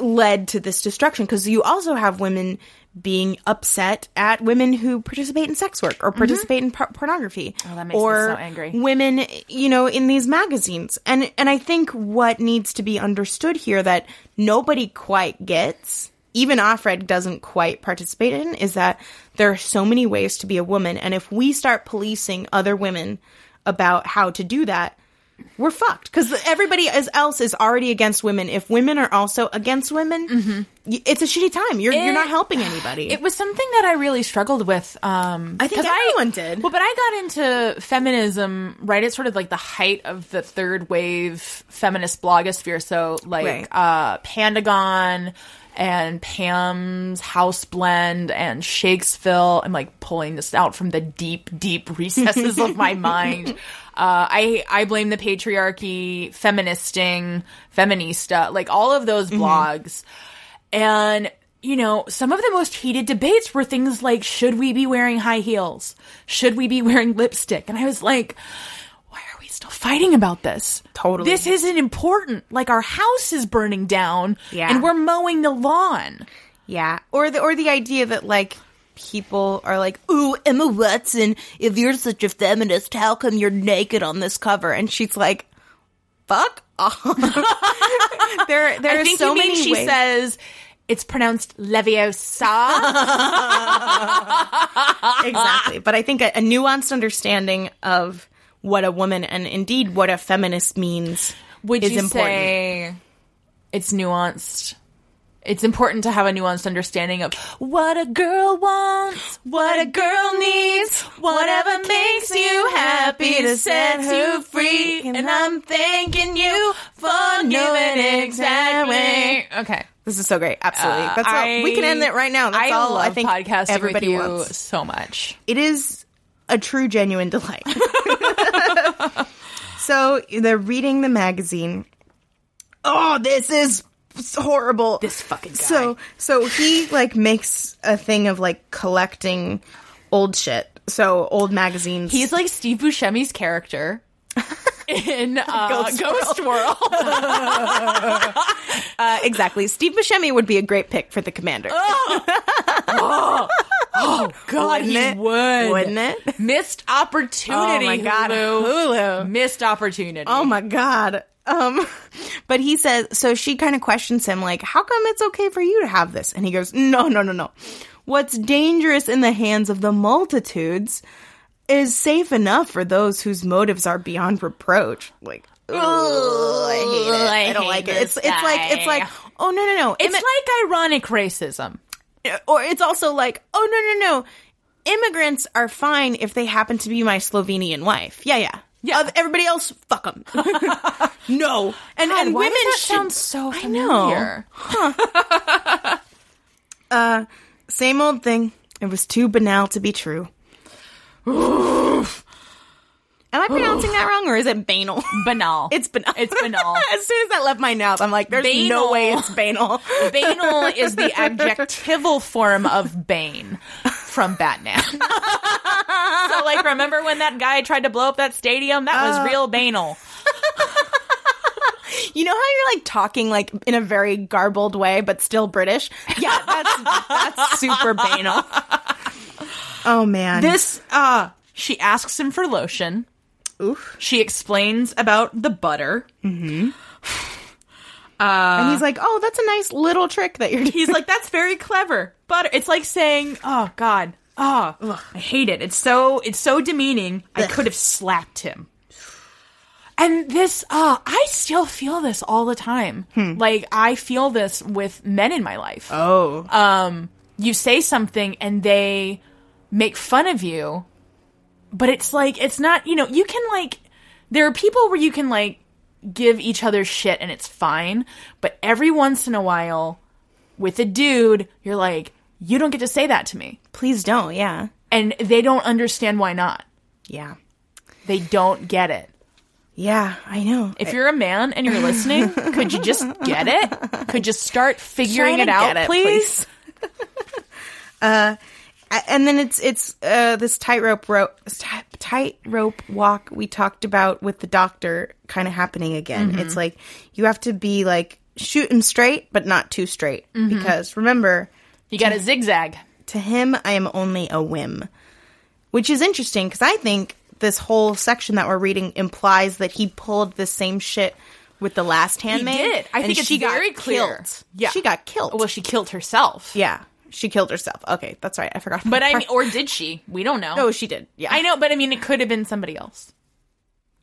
[SPEAKER 2] led to this destruction because you also have women being upset at women who participate in sex work or participate in por- pornography oh,
[SPEAKER 1] Mm-hmm. that makes me
[SPEAKER 2] or
[SPEAKER 1] so angry.
[SPEAKER 2] women you know in these magazines and and I think what needs to be understood here that nobody quite gets even Offred doesn't quite participate in is that there are so many ways to be a woman and if we start policing other women about how to do that we're fucked because everybody is- else is already against women. If women are also against women, y- it's a shitty time. You're you're not
[SPEAKER 1] Mm-hmm. It-
[SPEAKER 2] helping
[SPEAKER 1] [sighs]
[SPEAKER 2] anybody.
[SPEAKER 1] It was something that I really struggled with. Um,
[SPEAKER 2] I think
[SPEAKER 1] 'cause
[SPEAKER 2] everyone did.
[SPEAKER 1] Well, but I got into feminism right at sort of like the height of the third wave feminist blogosphere. So like
[SPEAKER 2] Right.
[SPEAKER 1] uh, Pandagon and Pam's House Blend and Shakesville. I'm like pulling this out from the deep, deep [laughs] recesses of my mind. Uh, I I blame the patriarchy, feministing, feminista, like all of those blogs. And, you know, some of the most heated debates were things like, should we be wearing high heels? Should we be wearing lipstick? And I was like, why are we still fighting about this?
[SPEAKER 2] Totally.
[SPEAKER 1] This isn't important. Like, our house is burning down
[SPEAKER 2] Yeah.
[SPEAKER 1] and we're mowing the lawn.
[SPEAKER 2] yeah, or the or the idea that like people are like, "Ooh, Emma Watson, if you're such a feminist, how come you're naked on this cover?" And she's like, "Fuck off." [laughs] there there
[SPEAKER 1] I
[SPEAKER 2] are
[SPEAKER 1] think
[SPEAKER 2] so
[SPEAKER 1] you mean
[SPEAKER 2] many
[SPEAKER 1] she
[SPEAKER 2] ways.
[SPEAKER 1] says it's pronounced
[SPEAKER 2] [laughs]
[SPEAKER 1] Leviosa.
[SPEAKER 2] exactly.
[SPEAKER 1] "Ah."
[SPEAKER 2] But I think a, a nuanced understanding of what a woman and indeed what a feminist means
[SPEAKER 1] Would
[SPEAKER 2] is
[SPEAKER 1] you
[SPEAKER 2] important.
[SPEAKER 1] say it's nuanced? It's important to have a nuanced understanding of what a girl wants, what a girl needs, whatever makes you happy to set you free. And I'm
[SPEAKER 2] thanking you for
[SPEAKER 1] doing exactly. Okay.
[SPEAKER 2] This is so great. Absolutely. That's all.
[SPEAKER 1] I-
[SPEAKER 2] we can end it right now. That's
[SPEAKER 1] I
[SPEAKER 2] all
[SPEAKER 1] love
[SPEAKER 2] Uh, I think
[SPEAKER 1] podcasting
[SPEAKER 2] everybody
[SPEAKER 1] with you
[SPEAKER 2] wants.
[SPEAKER 1] so much.
[SPEAKER 2] It is a true, genuine delight. [laughs] so they're reading the magazine. Oh, this is horrible.
[SPEAKER 1] This fucking guy.
[SPEAKER 2] So so he like makes a thing of like collecting old shit. So old magazines.
[SPEAKER 1] He's like Steve Buscemi's
[SPEAKER 2] [laughs]
[SPEAKER 1] character in uh, Ghost, World.
[SPEAKER 2] [gasps] uh, exactly. Steve Buscemi would be a great pick for the commander.
[SPEAKER 1] God,
[SPEAKER 2] Oh, Wouldn't it? Wouldn't it?
[SPEAKER 1] [laughs] Missed opportunity.
[SPEAKER 2] Oh my God, Hulu.
[SPEAKER 1] Missed opportunity.
[SPEAKER 2] Oh my god. Um [laughs] but he says so she kind of questions him like how come it's okay for you to have this and he goes no no no no. What's dangerous in the hands of the multitudes is safe enough for those whose motives are beyond reproach. Like Ooh, I hate it.
[SPEAKER 1] I
[SPEAKER 2] I, don't
[SPEAKER 1] hate
[SPEAKER 2] like it.
[SPEAKER 1] this
[SPEAKER 2] It's it's like it's like
[SPEAKER 1] guy.
[SPEAKER 2] oh no no no.
[SPEAKER 1] It's
[SPEAKER 2] Immi-
[SPEAKER 1] like ironic racism.
[SPEAKER 2] [laughs] or it's also like oh no no no. Immigrants are fine if they happen to be my Slovenian wife. Yeah yeah
[SPEAKER 1] Yeah.
[SPEAKER 2] Oth- everybody else, fuck [laughs] them. no. And and
[SPEAKER 1] why
[SPEAKER 2] women
[SPEAKER 1] does that
[SPEAKER 2] should-
[SPEAKER 1] sound so
[SPEAKER 2] I know.
[SPEAKER 1] familiar?
[SPEAKER 2] Same old thing. It was too banal to be true. Am I pronouncing that wrong or is it banal?
[SPEAKER 1] Banal.
[SPEAKER 2] It's banal.
[SPEAKER 1] It's banal.
[SPEAKER 2] [laughs] as soon as that left my mouth, I'm like, there's
[SPEAKER 1] Banal.
[SPEAKER 2] no way it's [laughs] banal.
[SPEAKER 4] [laughs]
[SPEAKER 1] Banal is the adjectival form of Bane from Batman. so, like, remember when that guy tried to blow up that stadium? That
[SPEAKER 4] Uh,
[SPEAKER 1] was real banal.
[SPEAKER 2] You know how you're like talking like in a very garbled way, but still British? Yeah, that's that's super banal. Oh man.
[SPEAKER 4] This uh
[SPEAKER 1] She asks him for lotion. Oof. She explains about the butter.
[SPEAKER 2] and he's like, oh, that's a nice little trick that you're doing.
[SPEAKER 4] he's like that's very clever. But it's like saying, "Oh god. Oh, I hate it. It's so it's so demeaning. I could have slapped him."
[SPEAKER 1] And this, uh, I still feel this all the time. Like, I feel this with men in my life.
[SPEAKER 2] [laughs] Oh.
[SPEAKER 1] you say something and they make fun of you but it's like it's not you know you can like there are people where you can like give each other shit and it's fine but every once in a while with a dude you're like you don't get to say that to me
[SPEAKER 2] Please don't, yeah.
[SPEAKER 1] and they don't understand why not
[SPEAKER 2] Yeah.
[SPEAKER 1] they don't get it
[SPEAKER 2] Yeah, I know.
[SPEAKER 1] if you're a man and you're listening could you just get it could you start figuring
[SPEAKER 2] Try
[SPEAKER 1] it
[SPEAKER 2] to
[SPEAKER 1] out
[SPEAKER 2] get it,
[SPEAKER 1] please
[SPEAKER 2] A- and then it's it's uh, this tightrope rope tightrope walk we talked about with the doctor kind of happening again. It's like you have to be like shoot him straight, but not too straight because remember
[SPEAKER 1] you got a zigzag
[SPEAKER 2] to him I am only a whim, which is interesting because I think this whole section that we're reading implies that he pulled the same shit with the last handmaid.
[SPEAKER 1] did. I
[SPEAKER 2] and
[SPEAKER 1] think it's
[SPEAKER 2] she got
[SPEAKER 1] very clear.
[SPEAKER 2] Killed.
[SPEAKER 1] Yeah.
[SPEAKER 2] she got killed.
[SPEAKER 1] well she killed herself
[SPEAKER 2] yeah, she killed herself. Okay, that's right. I forgot.
[SPEAKER 1] But I mean, or did she? We don't know.
[SPEAKER 2] oh, she did. Yeah,
[SPEAKER 1] I know, but I mean, it could have been somebody else.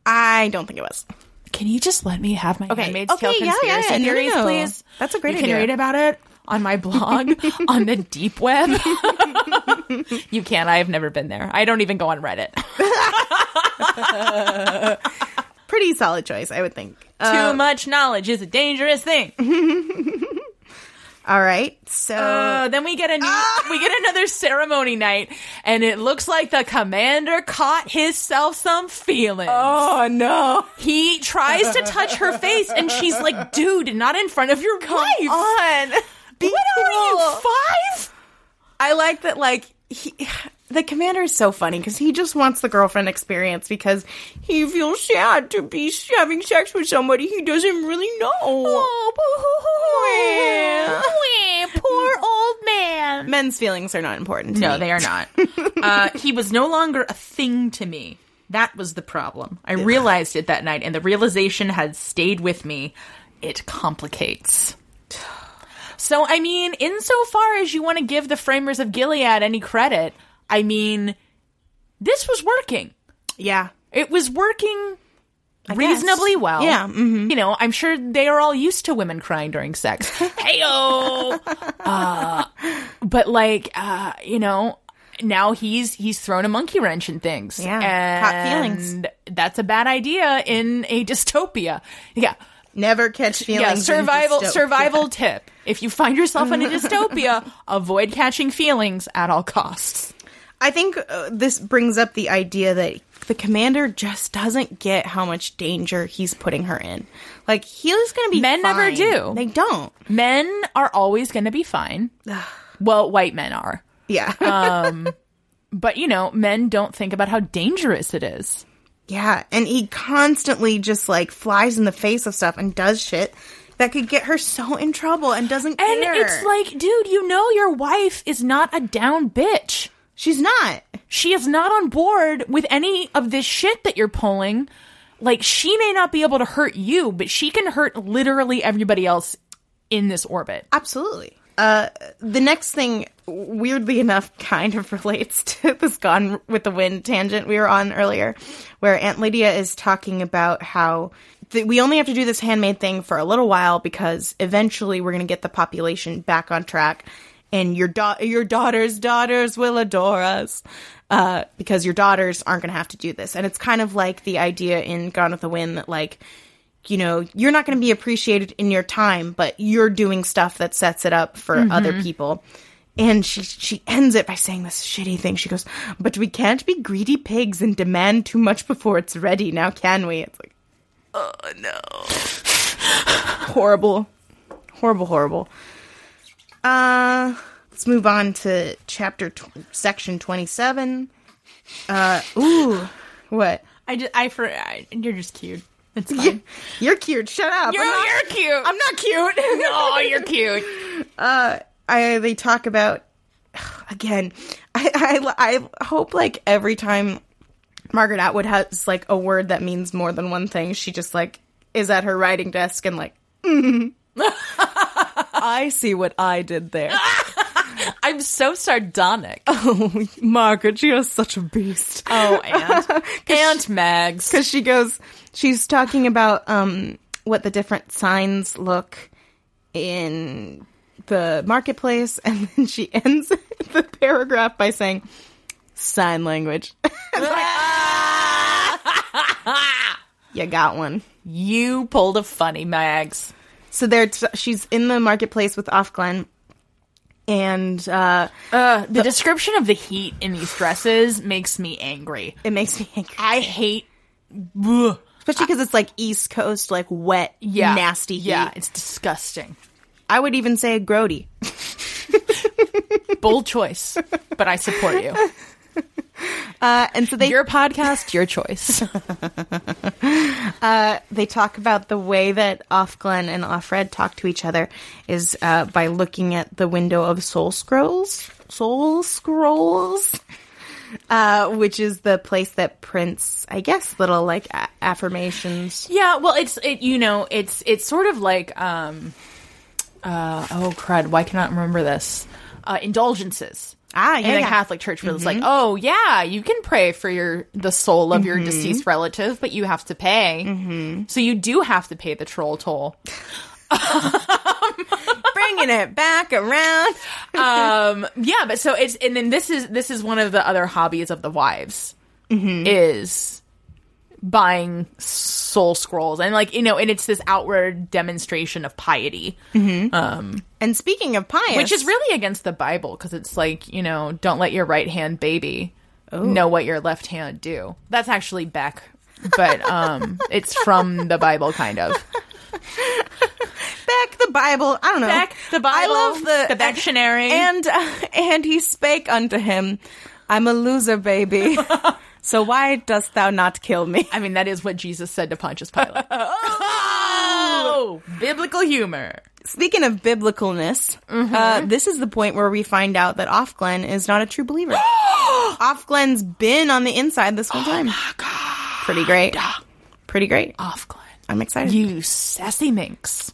[SPEAKER 2] I don't think it was.
[SPEAKER 1] Can you just let me have my okay. Handmaid's
[SPEAKER 2] Okay,
[SPEAKER 1] Tale
[SPEAKER 2] yeah,
[SPEAKER 1] conspiracy
[SPEAKER 2] yeah, yeah. No, no,
[SPEAKER 1] theories,
[SPEAKER 2] no.
[SPEAKER 1] please?
[SPEAKER 2] That's a great
[SPEAKER 1] you
[SPEAKER 2] idea.
[SPEAKER 1] can read about it on my [laughs] blog on the deep web. you can. I have never been there. I don't even go on Reddit.
[SPEAKER 2] Pretty solid choice, I would think. Uh,
[SPEAKER 1] Too much knowledge is a dangerous [laughs] thing.
[SPEAKER 2] all right, so
[SPEAKER 1] Uh, then we get a new, we get another ceremony night, and it looks like the commander caught himself some feelings.
[SPEAKER 2] oh no,
[SPEAKER 1] He tries to touch her face, and she's like, "Dude, not in front of your wife."
[SPEAKER 2] on. Be
[SPEAKER 1] What are
[SPEAKER 2] cool.
[SPEAKER 1] you five?
[SPEAKER 2] I like that. Like he, the commander is so funny because he just wants the girlfriend experience because he feels sad to be having sex with somebody he doesn't really know.
[SPEAKER 1] poor old man.
[SPEAKER 2] Men's feelings are not important. To
[SPEAKER 4] No,
[SPEAKER 2] me.
[SPEAKER 4] they are
[SPEAKER 1] [laughs]
[SPEAKER 4] not. uh, he was no longer a thing to me. That was the problem. I realized it that night, and the realization had stayed with me.
[SPEAKER 1] It complicates. So, I mean, insofar as you want to give the framers of Gilead any credit, I mean, this was working.
[SPEAKER 2] Yeah,
[SPEAKER 1] It was working reasonably well.
[SPEAKER 2] Yeah, mm-hmm.
[SPEAKER 1] You know, I'm sure they are all used to women crying during
[SPEAKER 2] [laughs]
[SPEAKER 1] sex. Heyo. uh, but like, uh, you know, now he's he's thrown a monkey wrench in things.
[SPEAKER 2] Yeah.
[SPEAKER 1] and
[SPEAKER 2] Hot feelings.
[SPEAKER 1] That's a bad idea in a dystopia. Yeah.
[SPEAKER 2] never catch feelings.
[SPEAKER 1] Yeah,
[SPEAKER 2] in
[SPEAKER 1] survival
[SPEAKER 2] dysto-
[SPEAKER 1] survival tip. If you find yourself in a
[SPEAKER 2] [laughs]
[SPEAKER 1] dystopia, avoid catching feelings at all costs.
[SPEAKER 2] I think uh, this brings up the idea that the commander just doesn't get how much danger he's putting her in. Like he was going to be
[SPEAKER 1] Men never
[SPEAKER 2] fine.
[SPEAKER 1] do.
[SPEAKER 2] They don't.
[SPEAKER 1] Men are always going to be fine. well, white men are.
[SPEAKER 2] Yeah.
[SPEAKER 1] But you know, men don't think about how dangerous it is.
[SPEAKER 2] yeah, and he constantly just like flies in the face of stuff and does shit that could get her so in trouble and doesn't
[SPEAKER 1] And
[SPEAKER 2] care.
[SPEAKER 1] it's like, dude, you know your wife is not a down bitch.
[SPEAKER 2] she's not.
[SPEAKER 1] She is not on board with any of this shit that you're pulling. Like, she may not be able to hurt you, but she can hurt literally everybody else in this orbit.
[SPEAKER 2] Absolutely. Uh, the next thing, weirdly enough, [laughs] kind of relates to this Gone with the Wind tangent we were on earlier, where Aunt Lydia is talking about how th- we only have to do this handmade thing for a little while because eventually we're going to get the population back on track and your da- your daughter's daughters will adore us uh, because your daughters aren't going to have to do this and it's kind of like the idea in gone with the wind that like you know you're not going to be appreciated in your time but you're doing stuff that sets it up for
[SPEAKER 1] Mm-hmm.
[SPEAKER 2] other people and she she ends it by saying this shitty thing. She goes, "But we can't be greedy pigs and demand too much before it's ready. Now can we?" It's like, oh no, [laughs] horrible, horrible, horrible. Uh, let's move on to chapter tw- section twenty seven. Uh, ooh, what?
[SPEAKER 4] I just, I for I, you're just cute. It's fine.
[SPEAKER 2] You're cute. Shut up.
[SPEAKER 1] [laughs] You're,
[SPEAKER 2] I'm not-
[SPEAKER 1] you're cute.
[SPEAKER 2] I'm not
[SPEAKER 4] [laughs]
[SPEAKER 1] [laughs]
[SPEAKER 2] cute.
[SPEAKER 1] oh, you're cute.
[SPEAKER 2] I they talk about [sighs] again. I, I I hope like every time Margaret Atwood has like a word that means more than one thing, she just like is at her writing desk and like. [laughs] mhm. I see what I did there.
[SPEAKER 1] I'm so sardonic. Oh,
[SPEAKER 2] [laughs] Margaret, you are such a beast.
[SPEAKER 4] Oh,
[SPEAKER 1] [laughs] and and Mags.
[SPEAKER 2] because [laughs] she goes she's talking about um what the different signs look in the marketplace [laughs] and then she ends [laughs] the paragraph by saying sign language [laughs] It's
[SPEAKER 1] [laughs]
[SPEAKER 2] like, you got one
[SPEAKER 1] You pulled a funny, Mags.
[SPEAKER 2] so there t- she's in the marketplace with off glen and uh
[SPEAKER 1] The description of the heat in these dresses makes me angry.
[SPEAKER 2] it makes me angry
[SPEAKER 1] I hate. Ugh.
[SPEAKER 2] especially because it's like east coast like wet nasty heat.
[SPEAKER 1] Yeah, it's disgusting.
[SPEAKER 2] i would even say grody
[SPEAKER 1] Bold choice, but I support you.
[SPEAKER 2] uh and so they
[SPEAKER 1] [laughs] Your podcast, your choice.
[SPEAKER 2] they talk about the way that off Glen and off Red talk to each other is uh, by looking at the window of Soul Scrolls, Soul Scrolls, uh, which is the place that prints, I guess, little like a- affirmations.
[SPEAKER 1] [laughs] Yeah, well, it's it. You know, it's it's sort of like um, uh, oh crud, why can I not remember this? Uh, indulgences.
[SPEAKER 2] Ah, yeah,
[SPEAKER 1] in the
[SPEAKER 2] yeah.
[SPEAKER 1] Catholic Church, where it's like, oh yeah, you can pray for your the soul of your deceased relative, but you have to pay. Mm-hmm. So you do have to pay the troll toll.
[SPEAKER 2] Bringing it back around.
[SPEAKER 1] um, yeah, but so it's and then this is this is one of the other hobbies of the wives
[SPEAKER 4] Mm-hmm.
[SPEAKER 1] is buying soul scrolls and like you know and it's this outward demonstration of piety
[SPEAKER 4] Mm-hmm.
[SPEAKER 1] Um,
[SPEAKER 2] And speaking of pious,
[SPEAKER 1] which is really against the Bible because it's like you know don't let your right hand baby know what your left hand do. That's actually Beck, but um, it's from the Bible kind of.
[SPEAKER 2] back the Bible. I don't know.
[SPEAKER 4] Back the Bible.
[SPEAKER 2] I love the
[SPEAKER 4] the dictionary.
[SPEAKER 2] And uh, and he spake unto him, "I'm a loser, baby. so why dost thou not kill me?"
[SPEAKER 1] I mean that is what Jesus said to Pontius Pilate. [laughs] oh, biblical humor.
[SPEAKER 2] Speaking of biblicalness,
[SPEAKER 1] Mm-hmm.
[SPEAKER 2] uh, this is the point where we find out that Off Glen is not a
[SPEAKER 1] [gasps]
[SPEAKER 2] true believer. Off Glen's been on the inside this
[SPEAKER 1] Oh
[SPEAKER 2] whole time. Pretty great. Pretty great.
[SPEAKER 1] Off Glenn.
[SPEAKER 2] I'm excited.
[SPEAKER 1] You sassy minx.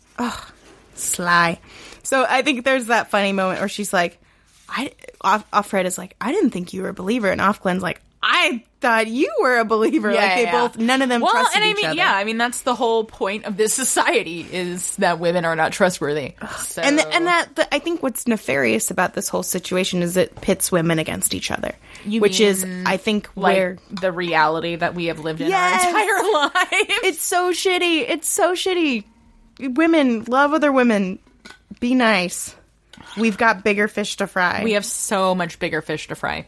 [SPEAKER 2] Sly. So I think there's that funny moment where she's like, I off Offred is like, I didn't think you were a believer, and Off Glen's like, I thought you were a believer. like they both, none of them.
[SPEAKER 1] Well,
[SPEAKER 2] trusted
[SPEAKER 1] and I
[SPEAKER 2] each
[SPEAKER 1] mean,
[SPEAKER 2] other.
[SPEAKER 1] yeah, I mean that's the whole point of this [laughs] society is that women are not trustworthy. So,
[SPEAKER 2] And th- and that the, I think what's nefarious about this whole situation is it pits women against each other,
[SPEAKER 1] You
[SPEAKER 2] which is
[SPEAKER 1] mean,
[SPEAKER 2] I think
[SPEAKER 1] like
[SPEAKER 2] where
[SPEAKER 1] the reality that we have lived in
[SPEAKER 2] Yes.
[SPEAKER 1] our entire [laughs] life.
[SPEAKER 2] it's so shitty. It's so shitty. Women love other women. Be nice. We've got bigger fish to fry.
[SPEAKER 1] We have so much bigger fish to fry,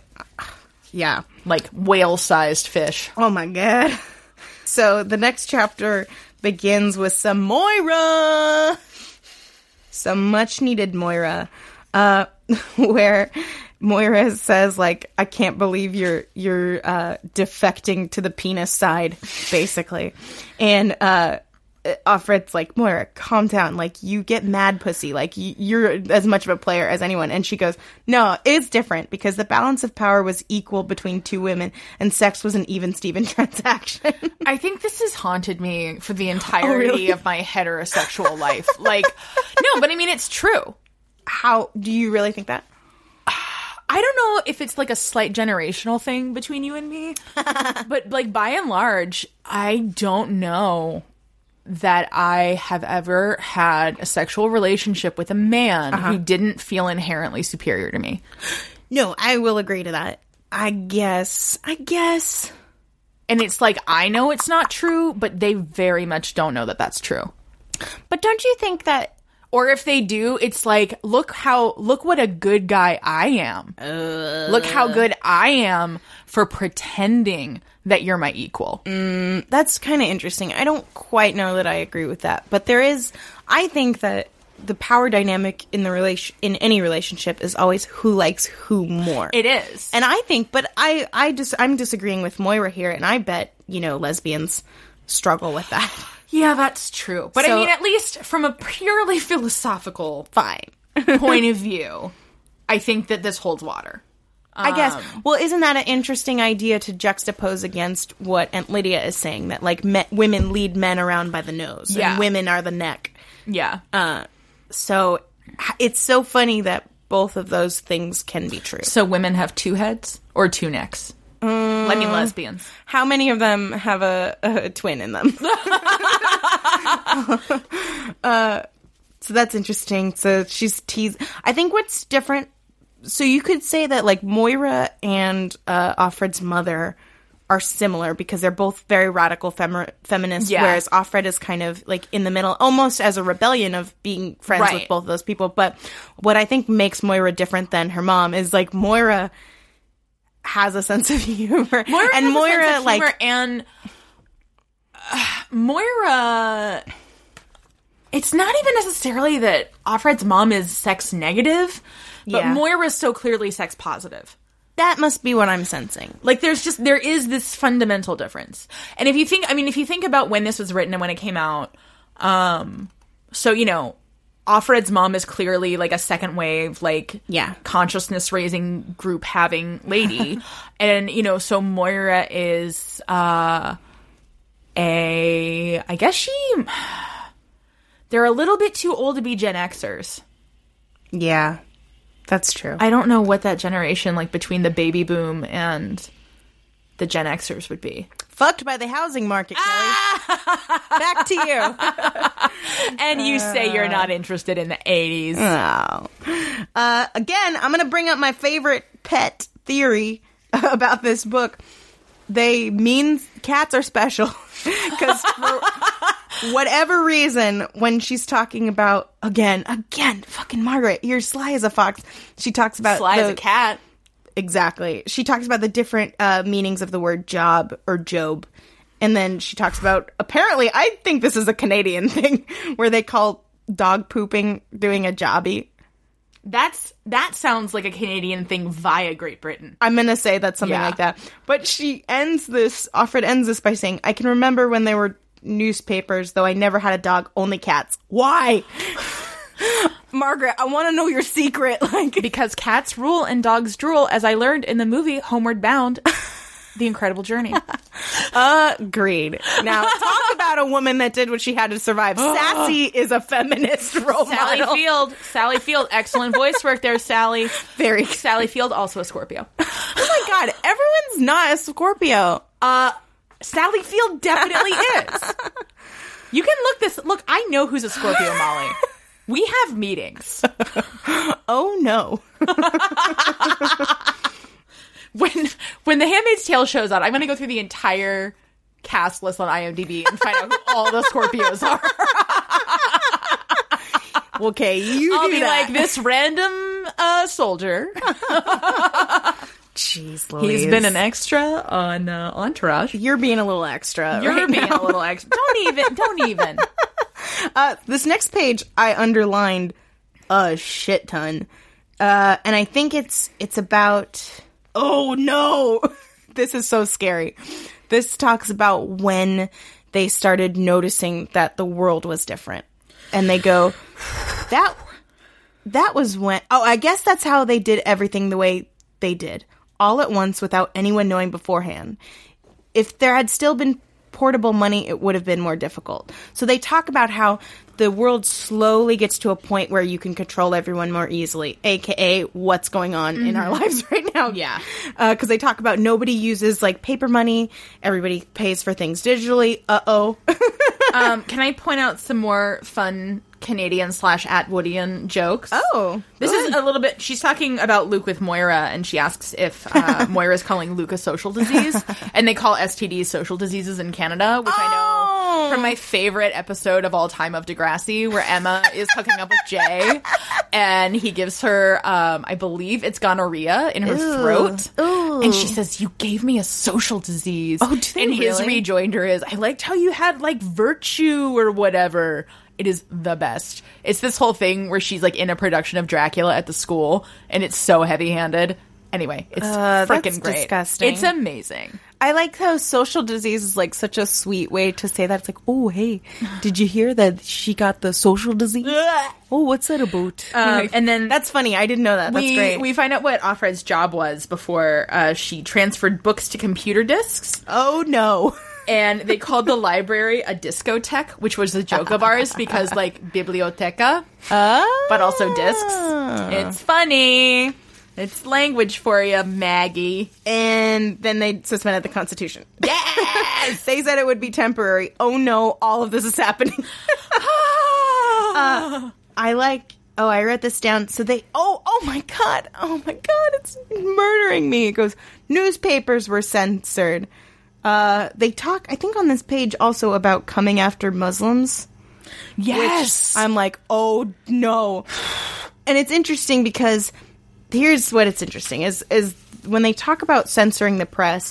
[SPEAKER 2] yeah.
[SPEAKER 1] like whale-sized fish.
[SPEAKER 2] Oh my god. So the next chapter begins with some Moira. Some much needed Moira. Uh [laughs] where Moira says like I can't believe you're you're uh defecting to the penis side basically. And uh Offred's like Moira, calm down. Like you get mad, pussy. Like y- you're as much of a player as anyone. And she goes, No, it's different because the balance of power was equal between two women, and sex was an even Steven [laughs] transaction.
[SPEAKER 1] I think this has haunted me for the entirety
[SPEAKER 2] really?
[SPEAKER 1] of my heterosexual life. Like, no, but I mean it's true.
[SPEAKER 2] How do you really think that?
[SPEAKER 1] I don't know if it's like a slight generational thing between you and me, but like by and large, I don't know that I have ever had a sexual relationship with a man who didn't feel inherently superior to me.
[SPEAKER 2] No, I will agree to that. I guess. I guess.
[SPEAKER 1] And it's like, I know it's not true, but they very much don't know that that's true.
[SPEAKER 2] But don't you think that
[SPEAKER 1] Or if they do, it's like, look how, look what a good guy I am. Look how good I am for pretending that you're my equal.
[SPEAKER 2] that's kind of interesting. I don't quite know that I agree with that, but there is. I think that the power dynamic in the relation in any relationship is always who likes who more.
[SPEAKER 1] It is.
[SPEAKER 2] and I think, but I I just I'm disagreeing with Moira here, and I bet you know lesbians struggle with that. [laughs]
[SPEAKER 1] Yeah, that's true. But
[SPEAKER 2] So-
[SPEAKER 1] I mean, at least from a purely philosophical [laughs]
[SPEAKER 2] Fine,
[SPEAKER 1] point of view, I think that this holds water.
[SPEAKER 2] I guess. Well, isn't that an interesting idea to juxtapose against what Aunt Lydia is saying that like me- women lead men around by the nose,
[SPEAKER 1] Yeah.
[SPEAKER 2] and women are the neck.
[SPEAKER 1] Yeah.
[SPEAKER 2] So h- it's so funny that both of those things can be true.
[SPEAKER 1] so women have two heads or two necks? I mean, lesbians.
[SPEAKER 2] How many of them have a, a twin in
[SPEAKER 1] [laughs]
[SPEAKER 2] them? [laughs] uh, so that's interesting. So she's teased. I think what's different. So you could say that like Moira and uh, Offred's mother are similar because they're both very radical femi- feminists,
[SPEAKER 1] Yeah.
[SPEAKER 2] whereas Offred is kind of like in the middle, almost as a rebellion of being friends with
[SPEAKER 1] Right.
[SPEAKER 2] both of those people. But what I think makes Moira different than her mom is like Moira has a sense of [laughs] humor, and
[SPEAKER 1] has a sense
[SPEAKER 2] Moira
[SPEAKER 1] of
[SPEAKER 2] like
[SPEAKER 1] humor and uh, Moira. It's not even necessarily that Offred's mom is sex negative, but
[SPEAKER 2] Yeah.
[SPEAKER 1] Moira's so clearly sex positive.
[SPEAKER 2] That must be what I'm sensing.
[SPEAKER 1] Like there's just there is this fundamental difference. And if you think I mean if you think about when this was written and when it came out, um so you know, Offred's mom is clearly like a second wave, like
[SPEAKER 2] Yeah.
[SPEAKER 1] consciousness raising group having lady. and, you know, so Moira is uh a I guess she they're a little bit too old to be Gen Xers.
[SPEAKER 2] Yeah, that's true.
[SPEAKER 1] I don't know what that generation like between the baby boom and the Gen Xers would be.
[SPEAKER 2] Fucked by the housing market, Kelly. Ah! Back to you.
[SPEAKER 1] and you say you're not interested in the 80s.
[SPEAKER 2] [laughs] Oh. Uh, again, I'm going to bring up my favorite pet theory [laughs] about this book. They mean cats are special [laughs] because for whatever reason, when she's talking about again, again, fucking Margaret, you're sly as a fox. She talks about
[SPEAKER 1] Sly as a
[SPEAKER 2] the-
[SPEAKER 1] cat.
[SPEAKER 2] Exactly. She talks about the different uh, meanings of the word job or job. And then she talks about apparently, I think this is a Canadian [laughs] thing where they call dog pooping doing a jobby.
[SPEAKER 1] That's that sounds like a Canadian thing via Great Britain.
[SPEAKER 2] I'm going to say that's something
[SPEAKER 1] Yeah.
[SPEAKER 2] like that. But she ends this, Offred ends this by saying, I can remember when there were newspapers, though I never had a dog, only cats. Why? [laughs] Margaret, I want to know your secret. [laughs] Like,
[SPEAKER 1] Because cats rule and dogs drool, as I learned in the movie Homeward Bound, The Incredible Journey.
[SPEAKER 2] Agreed. Now, talk about a woman that did what she had
[SPEAKER 1] [gasps]
[SPEAKER 2] to survive. Sassy is a feminist [laughs]
[SPEAKER 1] [laughs]
[SPEAKER 2] role
[SPEAKER 1] Sally
[SPEAKER 2] model.
[SPEAKER 1] Field. Sally Field. Excellent voice work there, Sally.
[SPEAKER 2] Very.
[SPEAKER 1] Sally Field, also a Scorpio.
[SPEAKER 2] Oh my God, everyone's not a Scorpio.
[SPEAKER 1] Sally Field definitely is. You can look this look, I know who's a Scorpio, Molly. We have meetings.
[SPEAKER 2] Oh no.
[SPEAKER 1] when when the Handmaid's Tale shows out, I'm going to go through the entire cast list on IMDb and find out [laughs] who all the Scorpios are.
[SPEAKER 2] Okay, you
[SPEAKER 1] I'll
[SPEAKER 2] do
[SPEAKER 1] be
[SPEAKER 2] that.
[SPEAKER 1] like this random uh, soldier.
[SPEAKER 2] Jeez,
[SPEAKER 1] He's
[SPEAKER 2] Louise.
[SPEAKER 1] been an extra on uh, Entourage.
[SPEAKER 2] You're being a little extra.
[SPEAKER 1] You're
[SPEAKER 2] right
[SPEAKER 1] being
[SPEAKER 2] now.
[SPEAKER 1] a little extra. Don't even. Don't even.
[SPEAKER 2] Uh, this next page I underlined a shit ton, uh, and I think it's it's about. Oh no, [laughs] this is so scary. This talks about when they started noticing that the world was different, and they go that that was when. Oh, I guess that's how they did everything the way they did, all at once without anyone knowing beforehand if there had still been portable money, it would have been more difficult. So they talk about how the world slowly gets to a point where you can control everyone more easily, aka what's going on in our lives [laughs] right now.
[SPEAKER 1] Yeah.
[SPEAKER 2] Because they talk about nobody uses like paper money, everybody pays for things digitally. Uh oh.
[SPEAKER 1] [laughs] um, can I point out some more fun Canadian slash Atwoodian jokes?
[SPEAKER 2] [laughs] Oh,
[SPEAKER 1] This is a little bit. She's talking about Luke with Moira, and she asks if
[SPEAKER 2] [laughs]
[SPEAKER 1] uh, Moira is calling Luke a social disease, and they call STDs social diseases in Canada, which I
[SPEAKER 2] Oh.
[SPEAKER 1] know from my favorite episode of all time of Degrassi, where Emma is hooking up with
[SPEAKER 2] [laughs]
[SPEAKER 1] Jay, and he gives her, um, I believe it's gonorrhea in her throat, and she says, "You gave me a social disease." Oh,
[SPEAKER 2] do they
[SPEAKER 1] and his
[SPEAKER 2] really?
[SPEAKER 1] rejoinder is, "I liked how you had like virtue or whatever." It is the best. It's this whole thing where she's like in a production of Dracula at the school, and it's so heavy-handed. Anyway, it's
[SPEAKER 2] Uh, that's
[SPEAKER 1] freaking great.
[SPEAKER 2] disgusting.
[SPEAKER 1] It's amazing.
[SPEAKER 2] I like how social disease is like such a sweet way to say that. It's like, oh, hey, did you hear that she got the social [laughs] disease? oh, what's that about?
[SPEAKER 1] Um, and then
[SPEAKER 2] Uh, That's funny. I didn't know that. That's
[SPEAKER 1] we,
[SPEAKER 2] great.
[SPEAKER 1] We find out what Offred's job was before uh, she transferred books to computer discs,
[SPEAKER 2] oh [laughs] no.
[SPEAKER 1] and they called the [laughs] library a discotheque, which was a joke of ours because like biblioteca, but also discs.
[SPEAKER 2] Ah.
[SPEAKER 1] It's funny. It's language for you, Maggie.
[SPEAKER 2] and then they suspended the Constitution.
[SPEAKER 1] [laughs] Yes.
[SPEAKER 2] [laughs] They said it would be temporary. Oh no, all of this is happening. [laughs] Uh, I like. Oh, I wrote this down. So they. Oh, oh my god. Oh my god. It's murdering me. It goes. Newspapers were censored. Uh, they talk. I think on this page also about coming after Muslims.
[SPEAKER 1] yes.
[SPEAKER 2] I'm like, oh no. And it's interesting because here's what it's interesting is is when they talk about censoring the press,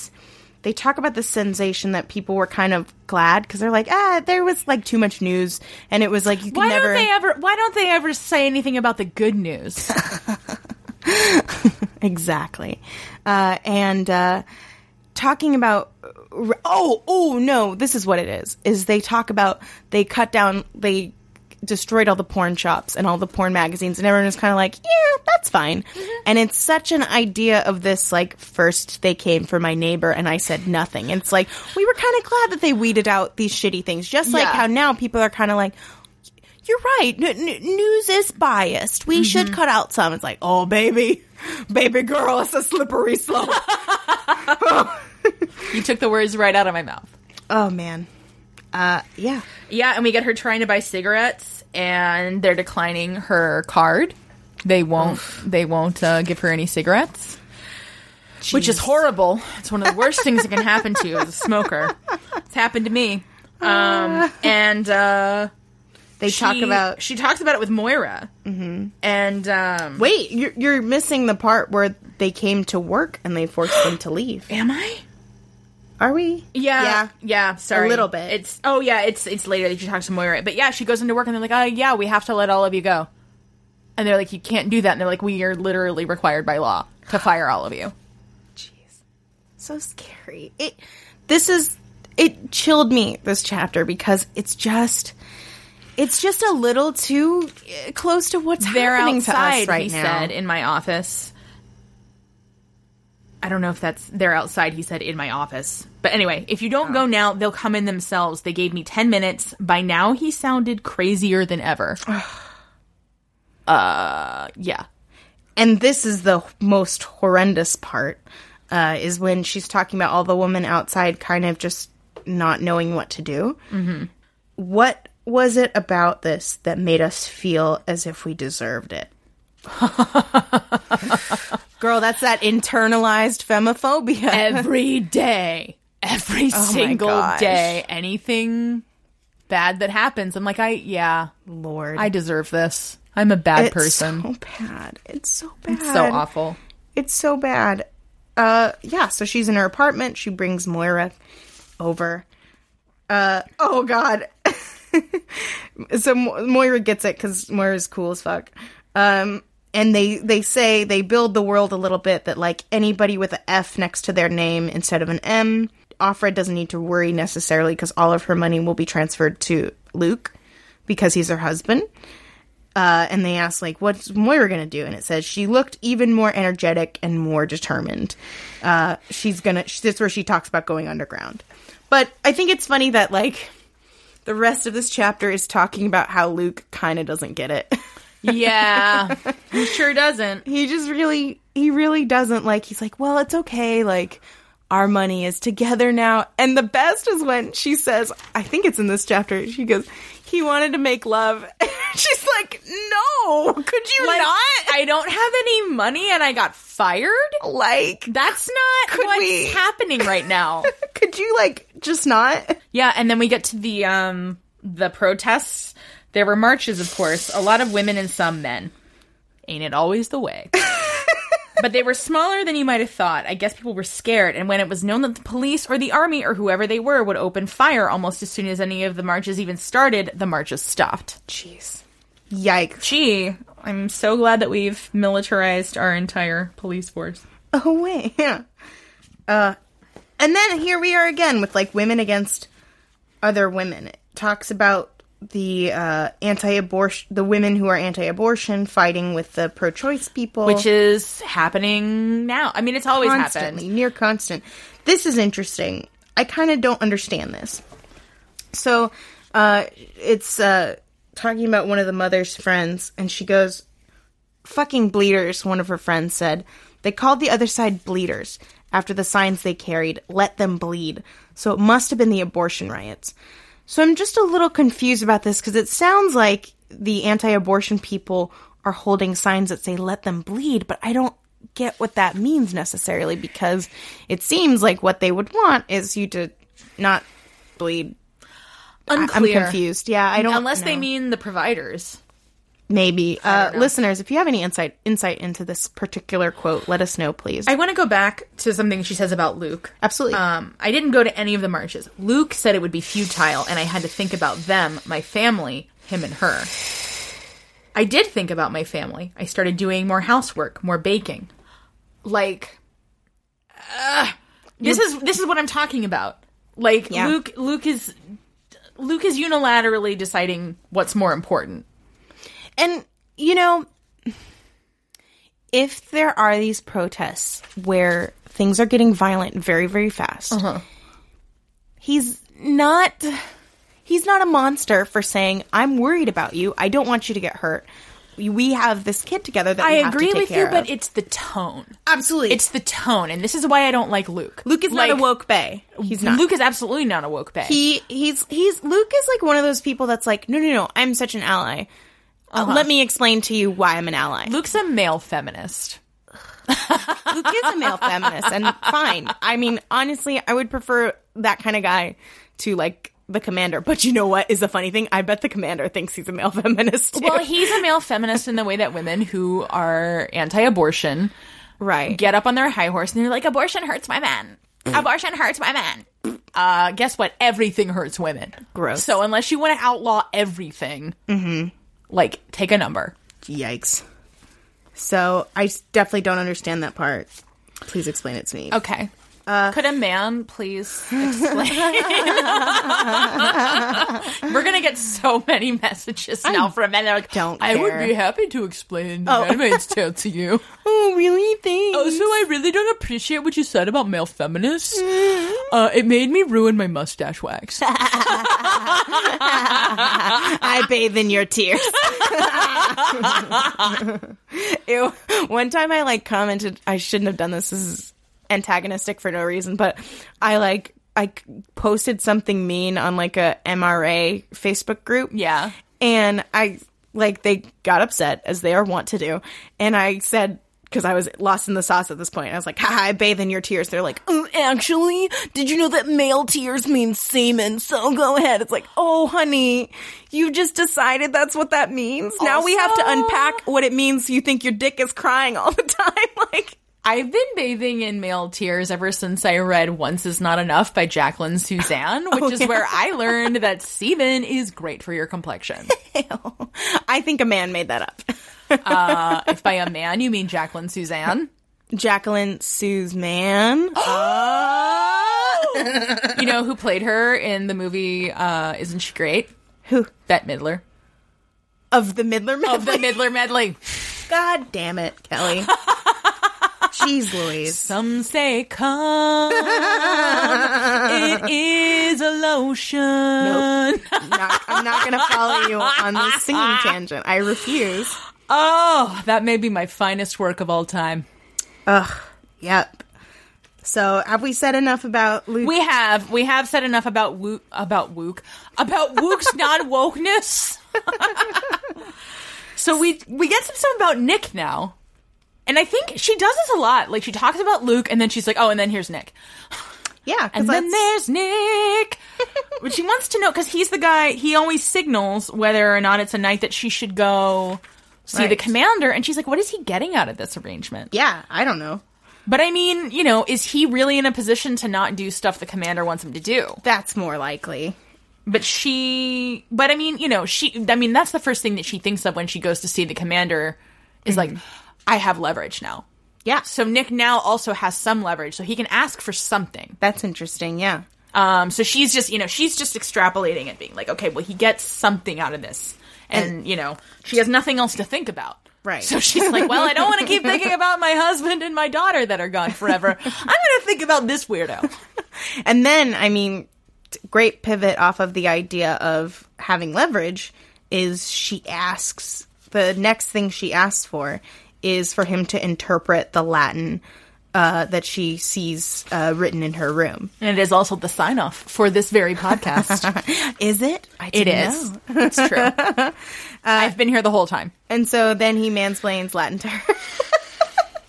[SPEAKER 2] they talk about the sensation that people were kind of glad because they're like, ah, there was like too much news, and it was like you could
[SPEAKER 1] why
[SPEAKER 2] never.
[SPEAKER 1] don't they ever? Why don't they ever say anything about the good [laughs] news?
[SPEAKER 2] Exactly. Uh, and uh, talking about r- oh oh no, this is what it is. Is they talk about they cut down they destroyed all the porn shops and all the porn magazines and everyone was kind of like yeah that's fine and it's such an idea of this like first they came for my neighbor and i said nothing it's like we were kind of glad that they weeded out these shitty things just like
[SPEAKER 1] Yeah.
[SPEAKER 2] how now people are kind of like you're right. N- n- news is biased. We should cut out some. It's like, oh, baby, baby girl, it's a slippery slope.
[SPEAKER 1] you took the words right out of my mouth.
[SPEAKER 2] [laughs] oh man, uh, yeah.
[SPEAKER 1] Yeah, and we get her trying to buy cigarettes, and they're declining her card. They won't. They won't uh, give her any cigarettes, which is
[SPEAKER 2] Jeez.
[SPEAKER 1] horrible. It's one of the worst things that can happen to [laughs] you as a smoker. It's happened to me. Um, and uh,
[SPEAKER 2] They talk
[SPEAKER 1] she-
[SPEAKER 2] about.
[SPEAKER 1] she talks about it with Moira, mm-hmm. and um,
[SPEAKER 2] Wait, you're, you're missing the part where they came to work and they forced them to [gasps] leave.
[SPEAKER 1] am I?
[SPEAKER 2] Are we?
[SPEAKER 1] Yeah, yeah, Sorry,
[SPEAKER 2] little bit.
[SPEAKER 1] It's oh yeah, it's it's later that she talks to Moira, but yeah, she goes into work and they're like, oh yeah, we have to let all of you go, and they're like, you can't do that, and they're like, we are literally required by law to fire all of you.
[SPEAKER 2] so scary. It this is it chilled me this chapter because it's just it's just a little too eh, close to what's
[SPEAKER 1] They're
[SPEAKER 2] happening to
[SPEAKER 1] outside,
[SPEAKER 2] us right
[SPEAKER 1] he
[SPEAKER 2] now.
[SPEAKER 1] said in my office. I don't know if that's they're outside. He said in my office, but anyway, if you
[SPEAKER 2] Oh.
[SPEAKER 1] don't go now, they'll come in themselves. They gave me ten minutes. By now, he sounded crazier than
[SPEAKER 2] [sighs]
[SPEAKER 1] ever. uh, yeah.
[SPEAKER 2] and this is the most horrendous part uh, is when she's talking about all the women outside kind of just not knowing what to do mm-hmm. what was it about this that made us feel as if we deserved
[SPEAKER 1] [laughs]
[SPEAKER 2] it girl that's that internalized femophobia
[SPEAKER 1] every day, every single
[SPEAKER 2] Oh gosh.
[SPEAKER 1] day, anything bad that happens, I'm like, I yeah,
[SPEAKER 2] lord
[SPEAKER 1] I deserve this. I'm a bad
[SPEAKER 2] it's
[SPEAKER 1] person.
[SPEAKER 2] so bad it's so bad
[SPEAKER 1] It's so awful.
[SPEAKER 2] It's so bad. Uh, yeah. So she's in her apartment. She brings Moira over. Uh, oh God. [laughs] so Mo- Moira gets it because Moira's cool as fuck. Um, and they they say they build the world a little bit that like anybody with a F next to their name instead of an M, Offred doesn't need to worry necessarily because all of her money will be transferred to Luke because he's her husband uh, and they asked like what's moira gonna do and it says she looked even more energetic and more determined uh, she's gonna that's where she talks about going underground but i think it's funny that like the rest of this chapter is talking about how luke kind of doesn't get it [laughs]
[SPEAKER 1] Yeah, he sure doesn't.
[SPEAKER 2] he just really he really doesn't like he's like well it's okay like Our money is together now. And the best is when she says, I think it's in this chapter, she goes, he wanted to make love. [laughs] She's like, no, could you
[SPEAKER 1] Like,
[SPEAKER 2] [laughs] not?
[SPEAKER 1] I don't have any money and I got fired.
[SPEAKER 2] Like,
[SPEAKER 1] That's not
[SPEAKER 2] Could
[SPEAKER 1] what's
[SPEAKER 2] we-
[SPEAKER 1] happening
[SPEAKER 2] [laughs]
[SPEAKER 1] right now.
[SPEAKER 2] could you like just not?
[SPEAKER 1] yeah, and then we get to the um the protests. There were marches, of course, a lot of women and some men. Ain't it always the
[SPEAKER 2] [laughs]
[SPEAKER 1] way? but they were smaller than you might have thought. I guess people were scared, and when it was known that the police or the army or whoever they were would open fire almost as soon as any of the marches even started, the marches stopped.
[SPEAKER 2] Jeez. Yikes.
[SPEAKER 1] Gee, I'm so glad that we've militarized our entire police force.
[SPEAKER 2] Oh wait, [laughs] yeah. Uh, and then here we are again with like women against other women. It talks about the uh, anti-abortion, the women who are anti-abortion fighting with the pro-choice people,
[SPEAKER 1] Which is happening now. I mean, it's always
[SPEAKER 2] constantly
[SPEAKER 1] happened.
[SPEAKER 2] near constant. This is interesting. I kind of don't understand this. So, uh, it's uh, talking about one of the mother's friends, and she goes, "Fucking bleeders." One of her friends said they called the other side bleeders after the signs they carried. Let them bleed. So it must have been the abortion riots. So I'm just a little confused about this because it sounds like the anti-abortion people are holding signs that say "Let them bleed," but I don't get what that means necessarily because it seems like what they would want is you to not bleed
[SPEAKER 1] Unclear.
[SPEAKER 2] I'm confused. Yeah, I don't.
[SPEAKER 1] Unless they
[SPEAKER 2] know.
[SPEAKER 1] mean the providers.
[SPEAKER 2] maybe uh, listeners, if you have any insight insight into this particular quote, let us know, please.
[SPEAKER 1] I want to go back to something she says about Luke.
[SPEAKER 2] Absolutely.
[SPEAKER 1] Um, I didn't go to any of the marches. Luke said it would be futile, and I had to think about them, my family, him and her. I did think about my family. I started doing more housework, more baking. Like, ugh. this is this is what I'm talking about. Like
[SPEAKER 2] Yeah.
[SPEAKER 1] Luke, Luke is Luke is unilaterally deciding what's more important.
[SPEAKER 2] And, you know, if there are these protests where things are getting violent very, very fast,
[SPEAKER 1] Uh-huh.
[SPEAKER 2] he's not. He's not a monster for saying, "I'm worried about you. I don't want you to get hurt." We have this kid together that we
[SPEAKER 1] I
[SPEAKER 2] have to
[SPEAKER 1] agree
[SPEAKER 2] take
[SPEAKER 1] with you,
[SPEAKER 2] care of."
[SPEAKER 1] but it's the tone.
[SPEAKER 2] absolutely
[SPEAKER 1] It's the tone, and this is why I don't like Luke.
[SPEAKER 2] Luke is
[SPEAKER 1] Like,
[SPEAKER 2] not a woke bay. He's not.
[SPEAKER 1] Luke is absolutely not a woke bag.
[SPEAKER 2] he he's he's Luke is like one of those people that's like, no, no, no, I'm such an ally. Uh, let me explain to you why I'm an ally. Luke,
[SPEAKER 1] Luke's a male feminist.
[SPEAKER 2] is a [laughs] male feminist, and fine. I mean, honestly, I would prefer that kind of guy to like the commander. But you know what is the funny thing? I bet the commander thinks he's a male [laughs] feminist. Too.
[SPEAKER 1] Well, he's a male feminist in the way that women who are anti-abortion
[SPEAKER 2] right.
[SPEAKER 1] get up on their high horse and they're like, "Abortion hurts my man. Abortion hurts my man." Uh, guess what? Everything hurts women.
[SPEAKER 2] Gross.
[SPEAKER 1] So unless you want to outlaw everything, Mm-hmm. like take a number.
[SPEAKER 2] Yikes. So I s- definitely don't understand that part. Please explain it to me.
[SPEAKER 1] Okay. Could a man please explain? [laughs] We're gonna get so many messages now from men. They're like,
[SPEAKER 2] don't
[SPEAKER 1] I would
[SPEAKER 2] care."
[SPEAKER 1] be happy to explain the Handmaid's Tale to you.
[SPEAKER 2] Oh, really? Thanks.
[SPEAKER 1] Also, I really don't appreciate what you said about male feminists. Uh, it made me ruin my mustache wax.
[SPEAKER 2] [laughs] I bathe in your tears. Ew. [laughs] One time I like commented, I shouldn't have done this. This is antagonistic for no reason, but I like I c- posted something mean on like a MRA Facebook group.
[SPEAKER 1] Yeah.
[SPEAKER 2] And I like they got upset as they are wont to do, and I said because I was lost in the sauce at this point. I was like, "Haha, I bathe in your tears." They're like, "Um, "Actually, did you know that male tears mean semen?" So go ahead. It's like, "Oh, honey, you just decided that's what that means." now we have to
[SPEAKER 1] Also-
[SPEAKER 2] unpack what it means. You think your dick is crying all the [laughs] time, like.
[SPEAKER 1] [laughs] I've been bathing in male tears ever since I read Once Is Not Enough by Jacqueline [laughs] Suzanne, which is
[SPEAKER 2] yeah.
[SPEAKER 1] where I learned that semen is great for your [laughs] complexion.
[SPEAKER 2] I think a man made that up.
[SPEAKER 1] Uh, if by a man you mean Jacqueline [gasps] Suzanne.
[SPEAKER 2] Jacqueline Sue's man.
[SPEAKER 1] You know who played her in the movie uh, Isn't She Great?
[SPEAKER 2] Who?
[SPEAKER 1] Bette Midler.
[SPEAKER 2] Of the Midler Medley.
[SPEAKER 1] Of the Midler medley.
[SPEAKER 2] God damn it, [laughs] Kelly. Jeez Louise.
[SPEAKER 1] Some say come. it is a lotion.
[SPEAKER 2] Not- I'm not going to follow you on this singing tangent. I refuse.
[SPEAKER 1] Oh, that may be my finest work of all time.
[SPEAKER 2] Ugh. Yep. So have we said enough about Luke?
[SPEAKER 1] We have we have said enough about Wook about Wook about Wook's non wokeness. so we we get some stuff about Nick now, and I think she does this a lot. Like she talks about Luke, and then she's like, "Oh, and then here's Nick."
[SPEAKER 2] yeah, 'cause
[SPEAKER 1] And then
[SPEAKER 2] that's-
[SPEAKER 1] there's
[SPEAKER 2] [laughs]
[SPEAKER 1] Nick. but she wants to know because he's the guy. He always signals whether or not it's a night that she should go see the
[SPEAKER 2] Right.
[SPEAKER 1] commander. And she's like, "What is he getting out of this arrangement?"
[SPEAKER 2] yeah, I don't know.
[SPEAKER 1] But I mean, you know, is he really in a position to not do stuff the commander wants him to do?
[SPEAKER 2] That's more likely.
[SPEAKER 1] But she, but I mean, you know, she. I mean, that's the first thing that she thinks of when she goes to see the commander. Is like,
[SPEAKER 2] Mm-hmm.
[SPEAKER 1] I have leverage now.
[SPEAKER 2] Yeah,
[SPEAKER 1] So Nick now also has some leverage, so he can ask for something.
[SPEAKER 2] that's interesting. Yeah,
[SPEAKER 1] Um, so she's just, you know, she's just extrapolating and being like, okay, well, he gets something out of this. And, you know, she has nothing else to think about.
[SPEAKER 2] Right.
[SPEAKER 1] So she's like, well, I don't want to keep thinking about my husband and my daughter that are gone [laughs] forever. I'm going to think about this weirdo.
[SPEAKER 2] and then I mean, t- great pivot off of the idea of having leverage is she asks the next thing she asks for is for him to interpret the Latin uh, that she sees uh, written in her room.
[SPEAKER 1] And it is also the sign off for this very [laughs] podcast.
[SPEAKER 2] Is it? I
[SPEAKER 1] it
[SPEAKER 2] didn't
[SPEAKER 1] is.
[SPEAKER 2] know.
[SPEAKER 1] It's [laughs] true. I've been here the whole time.
[SPEAKER 2] And so then he mansplains Latin to her. [laughs]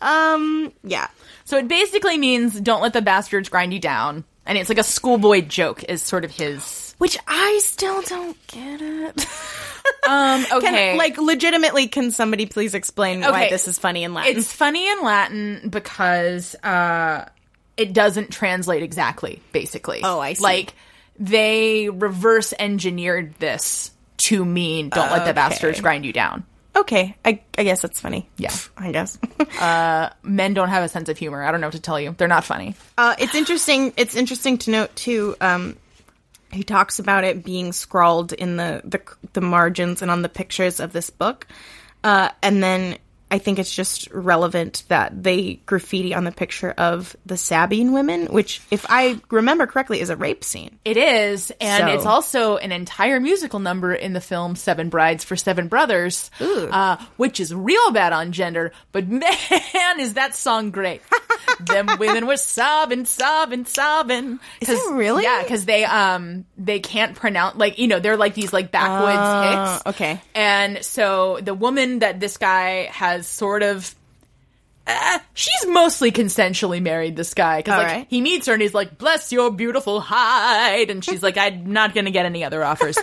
[SPEAKER 2] um. Yeah.
[SPEAKER 1] So it basically means don't let the bastards grind you down. And it's like a schoolboy joke is sort of his.
[SPEAKER 2] Which I still don't get it.
[SPEAKER 1] Um, okay.
[SPEAKER 2] [laughs] Can, Like, legitimately, can somebody please explain why
[SPEAKER 1] Okay.
[SPEAKER 2] this is funny in Latin?
[SPEAKER 1] It's funny in Latin because uh, it doesn't translate exactly, basically.
[SPEAKER 2] Oh, I see.
[SPEAKER 1] Like, they reverse engineered this to mean don't let the bastards grind you down.
[SPEAKER 2] okay. I, I guess that's funny.
[SPEAKER 1] Yeah.
[SPEAKER 2] I guess. [laughs]
[SPEAKER 1] Men don't have a sense of humor. I don't know what to tell you. They're not funny.
[SPEAKER 2] uh, it's interesting. It's interesting to note too. Um, he talks about it being scrawled in the the, the margins and on the pictures of this book, uh, and then I think it's just relevant that they graffiti on the picture of the Sabine women, which, if I remember correctly, is a rape scene.
[SPEAKER 1] It is, and
[SPEAKER 2] So-
[SPEAKER 1] it's also an entire musical number in the film Seven Brides for Seven Brothers, Uh, which is real bad on gender, but [laughs] man, is that song great.
[SPEAKER 2] [laughs]
[SPEAKER 1] Them women were sobbing, sobbing, sobbing. Is
[SPEAKER 2] it really?
[SPEAKER 1] Yeah, because they um they can't pronounce like you know they're like these like backwoods
[SPEAKER 2] Oh,
[SPEAKER 1] hicks.
[SPEAKER 2] okay.
[SPEAKER 1] and so the woman that this guy has sort of. Uh, she's mostly consensually married this guy because
[SPEAKER 2] All
[SPEAKER 1] like
[SPEAKER 2] right.
[SPEAKER 1] he meets her and he's like bless your beautiful hide and she's like i'm not gonna get any other offers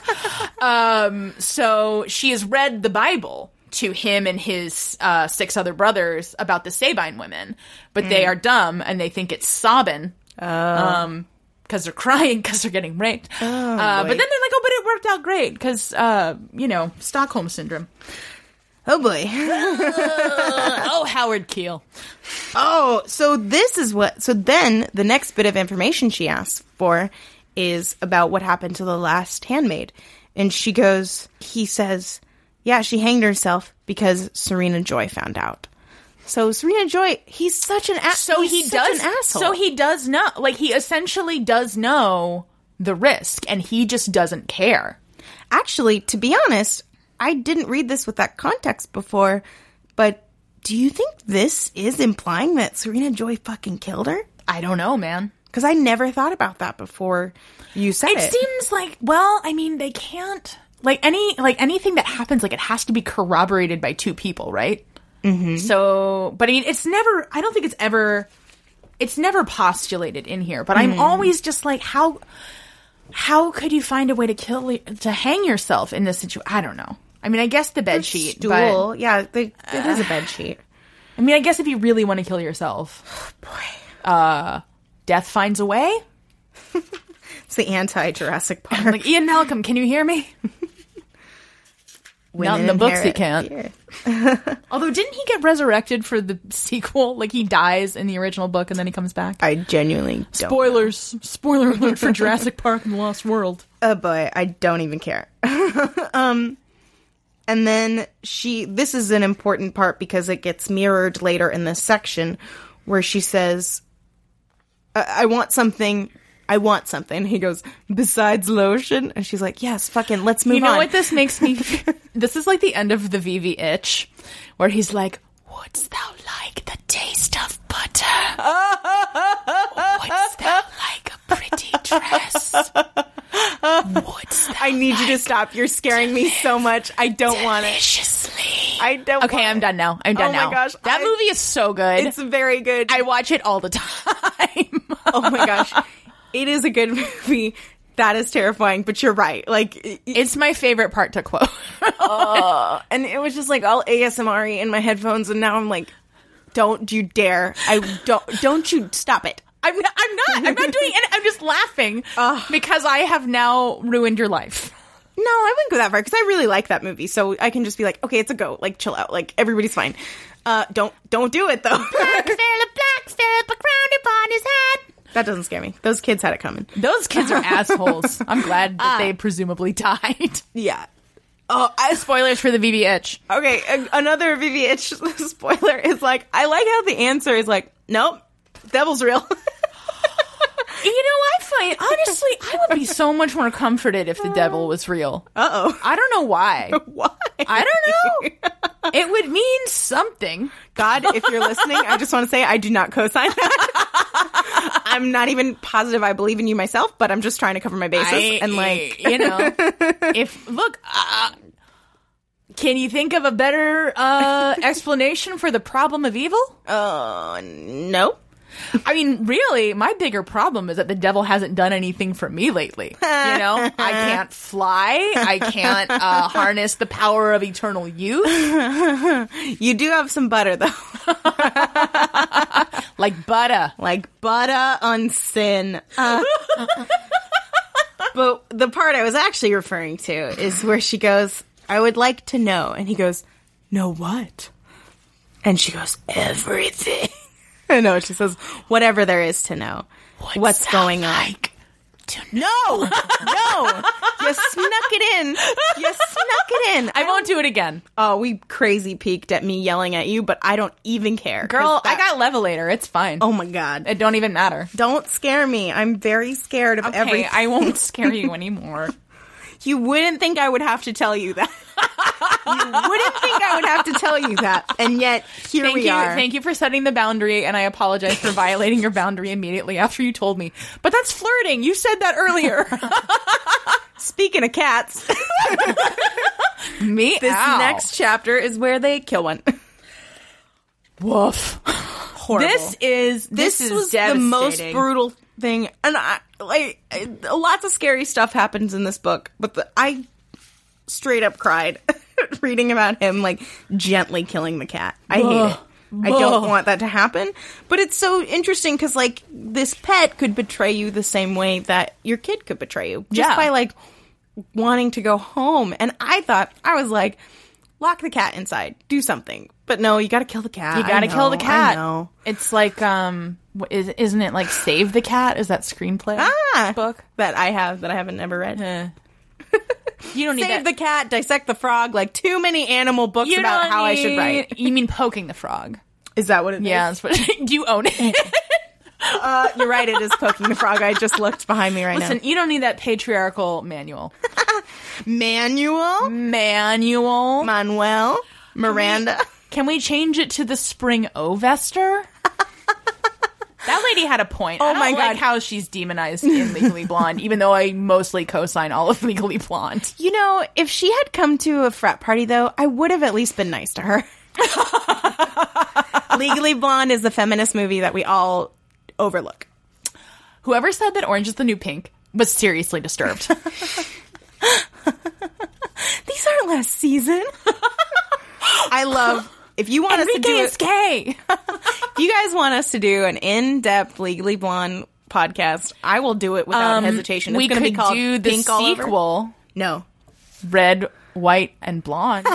[SPEAKER 1] um so she has read the bible to him and his uh six other brothers about the sabine women but they are dumb and they think it's sobbing um because they're crying [laughs] because they're getting raped uh, but
[SPEAKER 2] boy.
[SPEAKER 1] then they're like oh but it worked out great because uh you know stockholm syndrome
[SPEAKER 2] Oh boy. [laughs]
[SPEAKER 1] oh howard keel
[SPEAKER 2] Oh, so this is what. So then the next bit of information she asks for is about what happened to the last handmaid. And she goes, he says, yeah, she hanged herself because Serena Joy found out. So Serena Joy, he's such an asshole.
[SPEAKER 1] So he does.
[SPEAKER 2] an asshole.
[SPEAKER 1] So he does know. Like he essentially does know the risk, and he just doesn't care.
[SPEAKER 2] actually, to be honest, I didn't read this with that context before, but do you think this is implying that Serena Joy fucking killed her?
[SPEAKER 1] I don't know, man.
[SPEAKER 2] Because I never thought about that before you said
[SPEAKER 1] It
[SPEAKER 2] it.
[SPEAKER 1] seems like. Well, I mean, they can't. Like any like anything that happens, like it has to be corroborated by two people, right? Mm-hmm. So, but I mean, it's never. I don't think it's ever. It's never postulated in here, but I'm always just like, how, how could you find a way to kill to hang yourself in this situation? I don't know. I mean, I guess the bed sheet,
[SPEAKER 2] stool.
[SPEAKER 1] but- uh,
[SPEAKER 2] yeah, they, it is a bed sheet.
[SPEAKER 1] I mean, I guess if you really want to kill yourself, boy, uh, death finds a way.
[SPEAKER 2] It's the anti Jurassic
[SPEAKER 1] [laughs]
[SPEAKER 2] Park.
[SPEAKER 1] Like Ian Malcolm, can you hear me? Not in the books, he can't. Although, didn't he get resurrected for the sequel? Like he dies in the original book and then he comes back.
[SPEAKER 2] I genuinely don't.
[SPEAKER 1] Spoilers! Spoiler alert [laughs] for Jurassic Park and the Lost World.
[SPEAKER 2] oh boy, I don't even care. [laughs] um, and then she. This is an important part because it gets mirrored later in this section, where she says, "I, I want something." I want something. He goes, besides lotion? And she's like, yes, fucking, let's move
[SPEAKER 1] You know
[SPEAKER 2] on.
[SPEAKER 1] what this makes [laughs] me? this is like the end of the Vivi itch, where he's like, "Wouldst thou like the taste of butter?" dress. What's that?
[SPEAKER 2] I need you to stop. You're scaring me so much. I don't want it.
[SPEAKER 1] Viciously.
[SPEAKER 2] I don't.
[SPEAKER 1] Okay,
[SPEAKER 2] want
[SPEAKER 1] I'm
[SPEAKER 2] it.
[SPEAKER 1] done now. I'm done
[SPEAKER 2] Oh my
[SPEAKER 1] now.
[SPEAKER 2] gosh,
[SPEAKER 1] that
[SPEAKER 2] I-
[SPEAKER 1] movie is so good.
[SPEAKER 2] It's very good.
[SPEAKER 1] I watch it all the time.
[SPEAKER 2] [laughs]
[SPEAKER 1] [laughs]
[SPEAKER 2] oh my gosh, it is a good [laughs] movie. That is terrifying, but you're right. Like, it- it-
[SPEAKER 1] it's my favorite part to quote. [laughs]
[SPEAKER 2] and it was just like all ASMR in my headphones, and now I'm like, don't you dare! I don't. Don't you stop it.
[SPEAKER 1] I'm not, I'm not. I'm not doing it. I'm just laughing because I have now ruined your life.
[SPEAKER 2] No, I wouldn't go that far because I really like that movie, so I can just be like, okay, it's a go. Like, chill out. Like, everybody's fine. Uh, don't don't do it though. that doesn't scare me. Those kids had it coming.
[SPEAKER 1] Those kids are assholes. I'm glad that they presumably died.
[SPEAKER 2] Yeah. Oh, I,
[SPEAKER 1] Spoilers for the VBH.
[SPEAKER 2] okay. a- Another VVH [laughs] spoiler is like, I like how the answer is like, nope, devil's real. [laughs]
[SPEAKER 1] You know, I find honestly, I would be so much more comforted if the [laughs] devil was real.
[SPEAKER 2] Uh oh.
[SPEAKER 1] I don't know [laughs] why.
[SPEAKER 2] Why?
[SPEAKER 1] I don't know. It would mean something.
[SPEAKER 2] God, if you're listening, I just want to say I do not co-sign that. [laughs] I'm not even positive I believe in you myself, but I'm just trying to cover my bases and
[SPEAKER 1] [laughs]
[SPEAKER 2] like [laughs]
[SPEAKER 1] you know, if look, uh, can you think of a better uh, explanation for the problem of evil?
[SPEAKER 2] uh no.
[SPEAKER 1] I mean, really, my bigger problem is that the devil hasn't done anything for me lately. You know, I can't fly. I can't uh, harness the power of eternal youth
[SPEAKER 2] You do have some butter though.
[SPEAKER 1] like butter.
[SPEAKER 2] Like butter on sin. Uh, but the part I was actually referring to is where she goes, I would like to know. And he goes, Know what? And she goes, Everything. [laughs] no, she says, Whatever there is to know. What's, going on?
[SPEAKER 1] No,
[SPEAKER 2] No! [laughs] you snuck it in. You snuck it in.
[SPEAKER 1] I won't do it again,
[SPEAKER 2] oh, we crazy peeked at me yelling at you, but I don't even care. 'Cause
[SPEAKER 1] girl. I
[SPEAKER 2] that-
[SPEAKER 1] got levelator. It's fine.
[SPEAKER 2] Oh my god.
[SPEAKER 1] It don't even matter.
[SPEAKER 2] Don't scare me. I'm very scared of
[SPEAKER 1] Okay,
[SPEAKER 2] everything.
[SPEAKER 1] I won't scare you anymore.
[SPEAKER 2] You wouldn't think I would have to tell you that. you wouldn't think I would have to tell you that. And yet, here
[SPEAKER 1] Thank
[SPEAKER 2] we
[SPEAKER 1] you.
[SPEAKER 2] are.
[SPEAKER 1] Thank you for setting the boundary, and I apologize for violating your boundary immediately after you told me. But that's flirting. You said that earlier.
[SPEAKER 2] Speaking of cats,
[SPEAKER 1] [laughs]
[SPEAKER 2] this
[SPEAKER 1] me. This
[SPEAKER 2] next chapter is where they kill one.
[SPEAKER 1] woof.
[SPEAKER 2] Horrible.
[SPEAKER 1] This is this, is
[SPEAKER 2] This was the
[SPEAKER 1] devastating.
[SPEAKER 2] most brutal thing. And I, like, I- lots of scary stuff happens in this book, but the, I straight up cried [laughs] reading about him, like, gently killing the cat. I hate it. I don't
[SPEAKER 1] Ugh.
[SPEAKER 2] want that to happen. But it's so interesting because, like, this pet could betray you the same way that your kid could betray you just
[SPEAKER 1] Yeah.
[SPEAKER 2] by, like, wanting to go home. And I thought, I was like, lock the cat inside, do something. But no, you gotta kill the cat.
[SPEAKER 1] You
[SPEAKER 2] I
[SPEAKER 1] gotta kill the
[SPEAKER 2] know, I
[SPEAKER 1] cat.
[SPEAKER 2] know.
[SPEAKER 1] It's like um, wh- is, isn't it like save the cat? Is that screenplay
[SPEAKER 2] Ah,
[SPEAKER 1] [laughs] book?
[SPEAKER 2] that I have that I haven't never read.
[SPEAKER 1] [laughs] Eh. You don't need
[SPEAKER 2] Save
[SPEAKER 1] that.
[SPEAKER 2] the cat, dissect the frog, like too many animal books
[SPEAKER 1] you
[SPEAKER 2] about
[SPEAKER 1] don't
[SPEAKER 2] how I should
[SPEAKER 1] need-
[SPEAKER 2] write.
[SPEAKER 1] You mean poking the frog?
[SPEAKER 2] Is that what it is?
[SPEAKER 1] Yeah, that's what. [laughs] Do you own it?
[SPEAKER 2] Uh, you're right, it is poking the frog. I just looked behind me right
[SPEAKER 1] Listen, you don't need that patriarchal manual. [laughs]
[SPEAKER 2] now. Manuel,
[SPEAKER 1] Manual.
[SPEAKER 2] Manuel, Miranda.
[SPEAKER 1] Can we change it to the spring
[SPEAKER 2] [laughs]
[SPEAKER 1] ovester? that lady had a point. Oh I don't
[SPEAKER 2] my
[SPEAKER 1] like
[SPEAKER 2] God.
[SPEAKER 1] how she's demonized in Legally
[SPEAKER 2] [laughs]
[SPEAKER 1] Blonde, even though I mostly co-sign all of Legally Blonde.
[SPEAKER 2] You know, if she had come to a frat party, though, I would have at least been nice to [laughs] her. Legally Blonde is the feminist movie that we all overlook.
[SPEAKER 1] Whoever said that orange is the new pink was seriously
[SPEAKER 2] [laughs]
[SPEAKER 1] disturbed.
[SPEAKER 2] These aren't last season. [laughs] I love. If you want us to do Um,
[SPEAKER 1] Enrique
[SPEAKER 2] it,
[SPEAKER 1] is gay.
[SPEAKER 2] If you guys want us to do an in-depth Legally Blonde podcast, I will do it without hesitation.
[SPEAKER 1] Um,
[SPEAKER 2] It's
[SPEAKER 1] we
[SPEAKER 2] gonna
[SPEAKER 1] could
[SPEAKER 2] be called
[SPEAKER 1] do the
[SPEAKER 2] Pink All Over.
[SPEAKER 1] sequel,
[SPEAKER 2] No,
[SPEAKER 1] red, white, and
[SPEAKER 2] [laughs]
[SPEAKER 1] blonde.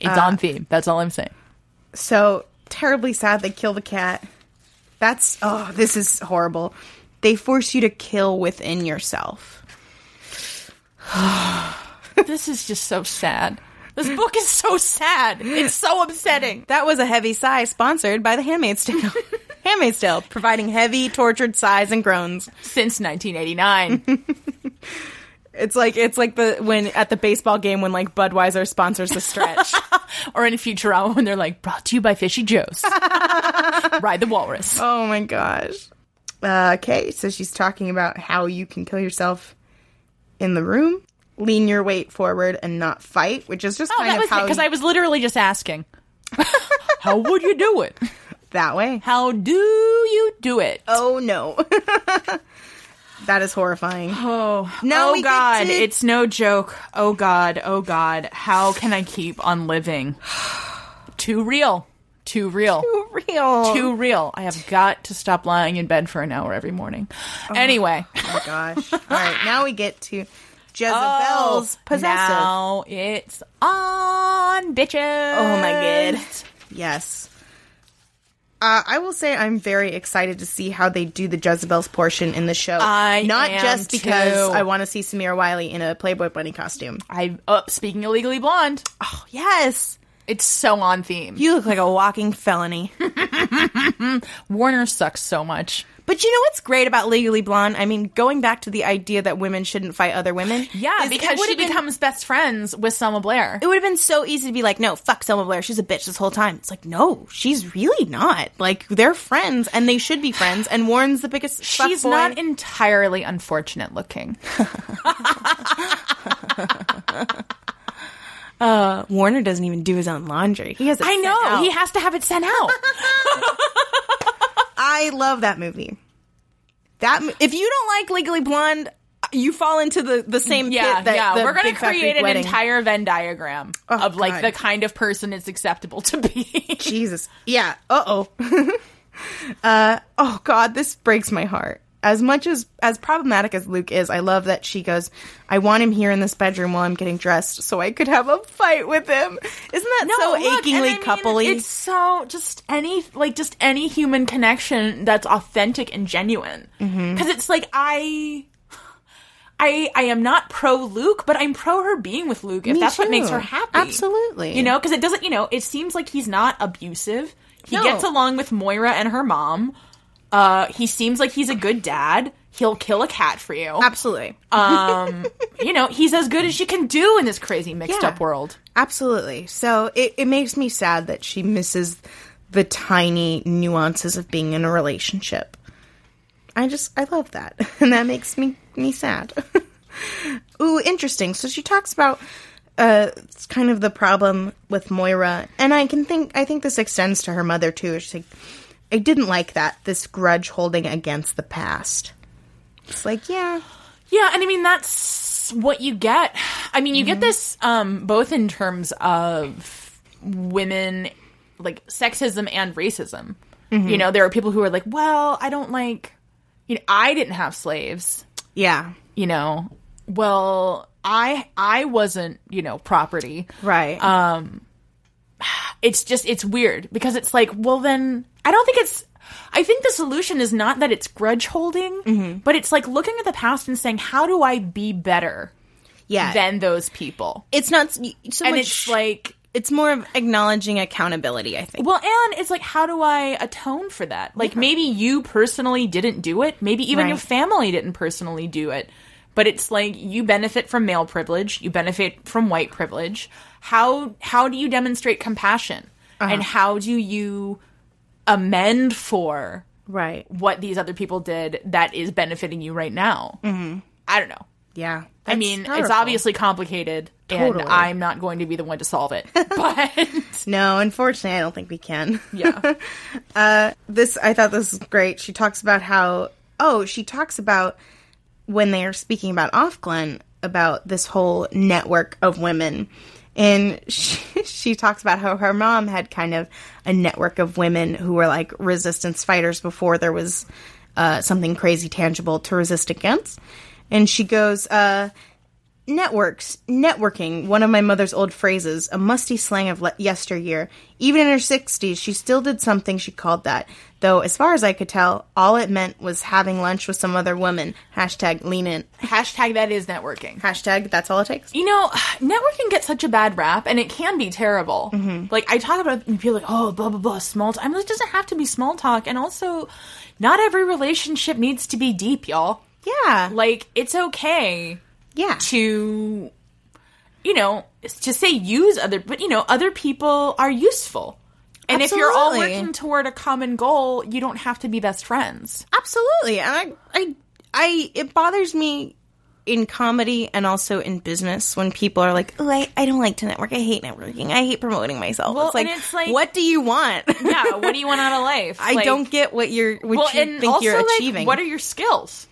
[SPEAKER 1] it's on theme. That's all I'm
[SPEAKER 2] [laughs]
[SPEAKER 1] saying.
[SPEAKER 2] so terribly sad they kill the cat. That's oh, this is horrible. They force you to kill within yourself.
[SPEAKER 1] This is just so sad. This book is so sad. It's so upsetting.
[SPEAKER 2] That was a heavy sigh sponsored by The Handmaid's [laughs] Tale. Handmaid's Tale providing heavy, tortured sighs and groans.
[SPEAKER 1] Since 1989.
[SPEAKER 2] It's like it's like the when at the baseball game when like Budweiser sponsors the stretch.
[SPEAKER 1] or in Futurama when they're like, brought to you by Fishy Joe's. Ride the Walrus.
[SPEAKER 2] Oh my gosh. Uh, okay, so she's talking about how you can kill yourself in the room, lean your weight forward, and not fight, which is just
[SPEAKER 1] Oh,
[SPEAKER 2] kind
[SPEAKER 1] that
[SPEAKER 2] of
[SPEAKER 1] was
[SPEAKER 2] how
[SPEAKER 1] because
[SPEAKER 2] you-
[SPEAKER 1] I was literally just asking. How would you do it?
[SPEAKER 2] that way.
[SPEAKER 1] How do you do it?
[SPEAKER 2] Oh no, [laughs] that
[SPEAKER 1] [laughs]
[SPEAKER 2] is horrifying.
[SPEAKER 4] Oh,
[SPEAKER 2] Now we
[SPEAKER 4] oh
[SPEAKER 2] get
[SPEAKER 4] God,
[SPEAKER 2] to-
[SPEAKER 4] it's no joke. Oh God, oh God, how can I keep on living?
[SPEAKER 1] [sighs] Too real. Too real.
[SPEAKER 2] Real.
[SPEAKER 1] Too real. I have got to stop lying in bed for an hour every morning. anyway,
[SPEAKER 2] Oh
[SPEAKER 1] [laughs]
[SPEAKER 2] my gosh. All right, now we get to Jezebel's
[SPEAKER 1] Bell's
[SPEAKER 2] possessive.
[SPEAKER 1] Oh, Now it's on, bitches.
[SPEAKER 2] Oh my god. Yes. Uh, I will say I'm very excited to see how they do the Jezebel's portion in the show.
[SPEAKER 1] I
[SPEAKER 2] not
[SPEAKER 1] am
[SPEAKER 2] just because
[SPEAKER 1] too.
[SPEAKER 2] I want to see Samira Wiley in a Playboy bunny costume.
[SPEAKER 1] I uh, speaking of Legally Blonde,
[SPEAKER 2] Yes,
[SPEAKER 1] it's so on theme.
[SPEAKER 2] you look like a
[SPEAKER 1] [laughs]
[SPEAKER 2] walking felony.
[SPEAKER 1] Warner sucks so much.
[SPEAKER 2] but you know what's great about Legally Blonde? I mean, going back to the idea that women shouldn't fight other women.
[SPEAKER 1] [gasps] Yeah,
[SPEAKER 2] is it
[SPEAKER 1] because she
[SPEAKER 2] would've been-
[SPEAKER 1] becomes best friends with Selma Blair.
[SPEAKER 2] It would have been so easy to be like, no, fuck Selma Blair. She's a bitch this whole time. It's like, no, she's really not. Like, they're friends and they should be friends. And Warren's
[SPEAKER 1] [sighs]
[SPEAKER 2] the biggest.
[SPEAKER 1] She's
[SPEAKER 2] fuckboy.
[SPEAKER 1] not entirely unfortunate looking.
[SPEAKER 2] Uh, Warner doesn't even do his own laundry. He has. it
[SPEAKER 1] I
[SPEAKER 2] sent
[SPEAKER 1] know.
[SPEAKER 2] out.
[SPEAKER 1] He has to have it sent out.
[SPEAKER 2] I love that movie. That mo- if you don't like Legally Blonde, uh, you fall into the the same
[SPEAKER 1] [laughs] yeah,
[SPEAKER 2] pit. That
[SPEAKER 1] yeah.
[SPEAKER 2] the
[SPEAKER 1] We're gonna
[SPEAKER 2] Big Fat
[SPEAKER 1] create
[SPEAKER 2] Greek
[SPEAKER 1] an
[SPEAKER 2] Wedding.
[SPEAKER 1] entire Venn diagram
[SPEAKER 2] Oh,
[SPEAKER 1] of like
[SPEAKER 2] God.
[SPEAKER 1] the kind of person it's acceptable to be. [laughs]
[SPEAKER 2] Jesus. Yeah. Uh [laughs] oh. uh oh God, this breaks my heart. As much as as problematic as Luke is, I love that she goes, I want him here in this bedroom while I'm getting dressed so I could have a fight with him. Isn't that so
[SPEAKER 1] Oh, look,
[SPEAKER 2] achingly
[SPEAKER 1] and I mean,
[SPEAKER 2] coupley?
[SPEAKER 1] It's so just any like just any human connection that's authentic and genuine. Because
[SPEAKER 2] Mm-hmm.
[SPEAKER 1] it's like I. I, I am not pro Luke, but I'm pro her being with Luke if
[SPEAKER 2] Me
[SPEAKER 1] that's what makes
[SPEAKER 2] too.
[SPEAKER 1] her happy.
[SPEAKER 2] Absolutely.
[SPEAKER 1] You know, because it doesn't, you know, it seems like he's not abusive. He
[SPEAKER 2] No.
[SPEAKER 1] gets along with Moira and her mom. Uh, he seems like he's a good dad. He'll kill a cat for you.
[SPEAKER 2] Absolutely.
[SPEAKER 1] Um, you know, he's as good as you can do in this crazy mixed
[SPEAKER 2] Yeah.
[SPEAKER 1] up world.
[SPEAKER 2] Absolutely. So it, it makes me sad that she misses the tiny nuances of being in a relationship. I just I love that. [laughs] And that makes me me sad. [laughs] Ooh, interesting. So she talks about uh it's kind of the problem with Moira and I can think I think this extends to her mother too. She's like I didn't like that, this grudge holding against the past. It's like, yeah.
[SPEAKER 1] Yeah, and I mean that's what you get. I mean, you get this um both in terms of women like sexism and racism. You know, there are people who are like, "Well, I don't like you know, I didn't have slaves."
[SPEAKER 2] Yeah.
[SPEAKER 1] You know, well, I I wasn't, you know, property.
[SPEAKER 2] Right.
[SPEAKER 1] Uh, It's just it's weird because it's like, well then I don't think it's I think the solution is not that it's grudge holding, but it's like looking at the past and saying, "How do I be better?"
[SPEAKER 2] yeah.
[SPEAKER 1] than those people.
[SPEAKER 2] it's not so much
[SPEAKER 1] And it's like,
[SPEAKER 2] it's more of acknowledging accountability i think
[SPEAKER 1] well, and it's like, how do I atone for that? Like, maybe you personally didn't do it. Maybe even your
[SPEAKER 2] Right.
[SPEAKER 1] family didn't personally do it. But it's like you benefit from male privilege, you benefit from white privilege. How how do you demonstrate compassion, and how do you amend for
[SPEAKER 2] right
[SPEAKER 1] what these other people did that is benefiting you right now? Mm-hmm. I don't know.
[SPEAKER 2] yeah
[SPEAKER 1] I mean, it's obviously complicated,
[SPEAKER 2] Totally.
[SPEAKER 1] and I'm not going to be the one to solve [laughs] it. But
[SPEAKER 2] no unfortunately i don't think we can [laughs] Uh,
[SPEAKER 1] yeah.
[SPEAKER 2] this i thought this was great she talks about how oh she talks about when they are speaking about off glen about this whole network of women and [laughs] she, she talks about how her mom had kind of a network of women who were like resistance fighters before there was uh, something crazy tangible to resist against and she goes uh, Networks, networking, one of my mother's old phrases, a musty slang of le- yesteryear. Even in her 60s, she still did something she called that, though, as far as I could tell, all it meant was having lunch with some other woman. Hashtag lean in.
[SPEAKER 1] [laughs] Hashtag that is networking.
[SPEAKER 2] Hashtag that's all it takes.
[SPEAKER 1] You know, networking gets such a bad rap, and it can be terrible. Like I talk about, it and people are like, oh, blah blah blah, small talk. I mean, it doesn't have to be small talk, and also, not every relationship needs to be deep, y'all.
[SPEAKER 2] Yeah.
[SPEAKER 1] Like it's okay
[SPEAKER 2] yeah.
[SPEAKER 1] to, you know, to say use other, but you know, other people are useful.
[SPEAKER 5] And if you're all
[SPEAKER 2] Absolutely.
[SPEAKER 5] working toward a common goal, you don't have to be best friends.
[SPEAKER 2] Absolutely. And I, I, I, it bothers me in comedy and also in business when people are like, oh, I, I don't like to network. I hate networking. I hate promoting myself.
[SPEAKER 1] Well,
[SPEAKER 2] it's, like,
[SPEAKER 1] and it's like-
[SPEAKER 2] what do you want? [laughs]
[SPEAKER 1] Yeah, what do you want out of life?
[SPEAKER 2] I
[SPEAKER 1] Like-
[SPEAKER 2] don't get what you're, what
[SPEAKER 1] well,
[SPEAKER 2] you
[SPEAKER 1] and
[SPEAKER 2] think
[SPEAKER 1] also,
[SPEAKER 2] you're
[SPEAKER 1] like,
[SPEAKER 2] achieving.
[SPEAKER 1] what are your skills?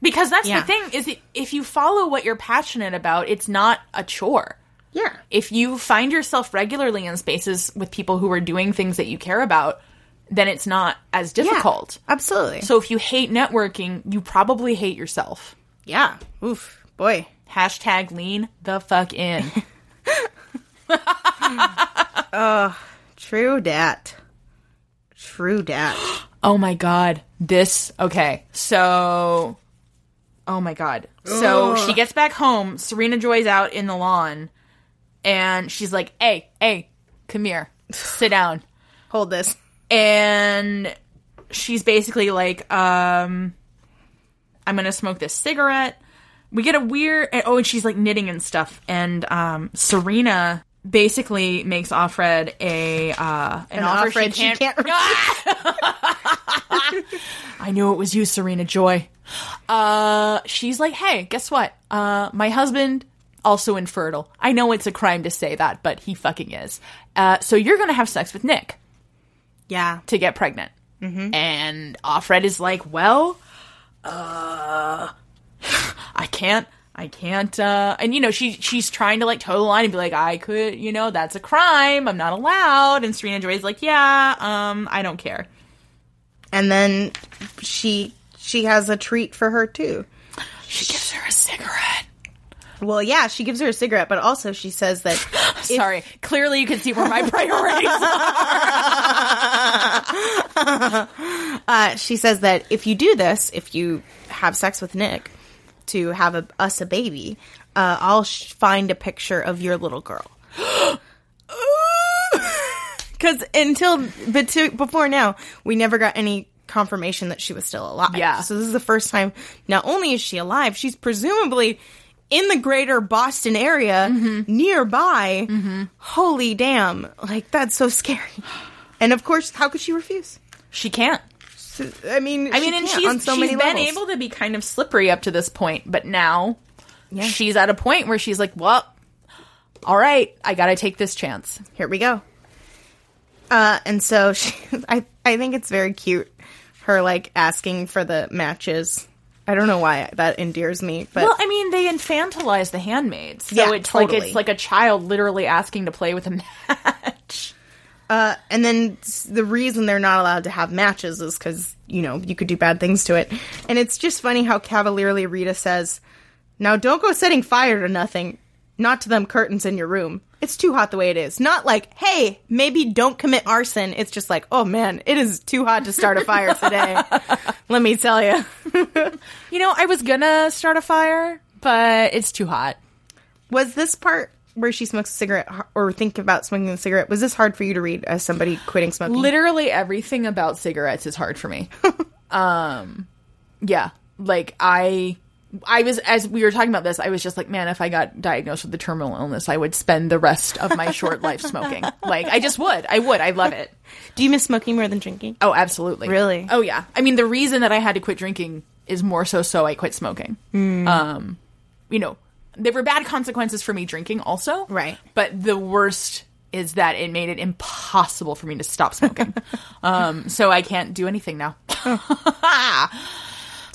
[SPEAKER 1] Because that's
[SPEAKER 2] Yeah.
[SPEAKER 1] the thing is, it- if you follow what you're passionate about, it's not a chore.
[SPEAKER 2] yeah.
[SPEAKER 1] If you find yourself regularly in spaces with people who are doing things that you care about, then it's not as
[SPEAKER 2] Yeah.
[SPEAKER 1] difficult.
[SPEAKER 2] Absolutely.
[SPEAKER 1] So if you hate networking, you probably hate yourself.
[SPEAKER 2] yeah. Oof. Boy.
[SPEAKER 1] Hashtag lean the fuck in.
[SPEAKER 2] True dat. True dat.
[SPEAKER 1] Oh my god. This okay. So Oh my god. So she gets back home, Serena Joy's out in the lawn, and she's like, "Hey, hey, come here. Sit down."
[SPEAKER 2] [gasps] Hold this.
[SPEAKER 1] And she's basically like, um I'm going to smoke this cigarette. We get a weird and, oh, and she's like knitting and stuff and um Serena basically makes Offred a uh an, offer,
[SPEAKER 2] Offred
[SPEAKER 1] she can't, [laughs]
[SPEAKER 2] refuse.
[SPEAKER 1] I knew it was you, Serena Joy. Uh, she's like, hey, guess what? Uh, my husband also infertile. I know it's a crime to say that, but he fucking is. Uh, so you're gonna have sex with Nick
[SPEAKER 2] yeah.
[SPEAKER 1] to get pregnant. And Offred is like, well, uh, [laughs] I can't, I can't, uh, and you know, she, she's trying to like toe the line and be like, I could, you know, that's a crime. I'm not allowed. And Serena Joy's like, yeah, um, I don't care.
[SPEAKER 2] And then she, she has a treat for her too.
[SPEAKER 1] She gives her a cigarette.
[SPEAKER 2] Well, yeah, she gives her a cigarette, but also she
[SPEAKER 1] [gasps]
[SPEAKER 2] says [gasps]
[SPEAKER 1] [laughs]
[SPEAKER 2] that
[SPEAKER 1] Sorry. Clearly, you can see where my [laughs] priorities are.
[SPEAKER 2] uh, she says that if you do this, if you have sex with Nick to have a, us a baby, uh, I'll sh- find a picture of your little girl. [gasps] Because until but to, before now, we never got any confirmation that she was still alive.
[SPEAKER 1] Yeah.
[SPEAKER 2] So this is the first time. Not only is she alive, she's presumably in the greater Boston area nearby. Holy damn! Like that's so scary. [gasps] And of course, how could she refuse?
[SPEAKER 1] She can't.
[SPEAKER 2] So, I mean,
[SPEAKER 1] I mean, and she's,
[SPEAKER 2] on so
[SPEAKER 1] she's
[SPEAKER 2] many
[SPEAKER 1] been
[SPEAKER 2] levels.
[SPEAKER 1] able to be kind of slippery up to this point, but now
[SPEAKER 2] Yeah.
[SPEAKER 1] she's at a point where she's like, well, all right, I got to take this chance.
[SPEAKER 2] Here we go. Uh, and so [laughs] she, I, I think it's very cute. Her like asking for the matches. I don't know why that endears me, but
[SPEAKER 1] Well, I mean, they infantilize the handmaids. So
[SPEAKER 2] Yeah,
[SPEAKER 1] it's like
[SPEAKER 2] totally.
[SPEAKER 1] it's like a child literally asking to play with a match.
[SPEAKER 2] uh, and then s- the reason they're not allowed to have matches is because you know you could do bad things to it. And it's just funny how cavalierly Rita says, "Now don't go setting fire to nothing, not to them curtains in your room. It's too hot the way it is. Not like, hey, maybe don't commit arson. It's just like, oh man, it is too hot to start a fire [laughs] today. Let me tell you."
[SPEAKER 1] [laughs] You know, I was gonna start a fire, but it's too hot.
[SPEAKER 2] Was this part where she smokes a cigarette h- or think about smoking a cigarette? Was this hard for you to read as somebody quitting smoking?
[SPEAKER 1] literally everything about cigarettes is hard for
[SPEAKER 2] [laughs]
[SPEAKER 1] me. um yeah, like I I was as we were talking about this, I was just like, man, if I got diagnosed with the terminal illness, I would spend the rest of my short life
[SPEAKER 2] [laughs]
[SPEAKER 1] smoking. Like I just would. I would. I love it.
[SPEAKER 2] Do you miss smoking more than drinking?
[SPEAKER 1] Oh, absolutely.
[SPEAKER 2] Really?
[SPEAKER 1] Oh yeah. I mean, the reason that I had to quit drinking is more so so I quit smoking.
[SPEAKER 2] Hmm.
[SPEAKER 1] Um you know, there were bad consequences for me drinking also.
[SPEAKER 2] Right.
[SPEAKER 1] But the worst is that it made it impossible for me to stop
[SPEAKER 2] [laughs]
[SPEAKER 1] smoking. um, so I can't do anything now.
[SPEAKER 2] Oh.
[SPEAKER 1] [laughs]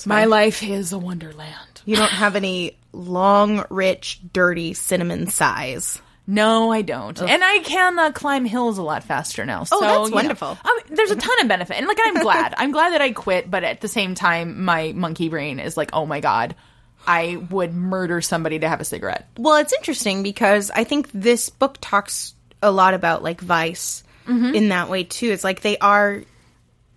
[SPEAKER 1] My life is a wonderland.
[SPEAKER 2] You don't have any long, rich, dirty cinnamon sighs.
[SPEAKER 1] No, I don't. And I can uh, climb hills a lot faster now. So,
[SPEAKER 2] Oh, that's
[SPEAKER 1] you know.
[SPEAKER 2] wonderful.
[SPEAKER 1] I mean, there's a ton of benefit. And like,
[SPEAKER 2] [laughs]
[SPEAKER 1] I'm glad. I'm glad that I quit, but at the same time, my monkey brain is like, oh my God, I would murder somebody to have a cigarette.
[SPEAKER 2] Well, it's interesting because I think this book talks a lot about like vice in that way too. It's like they are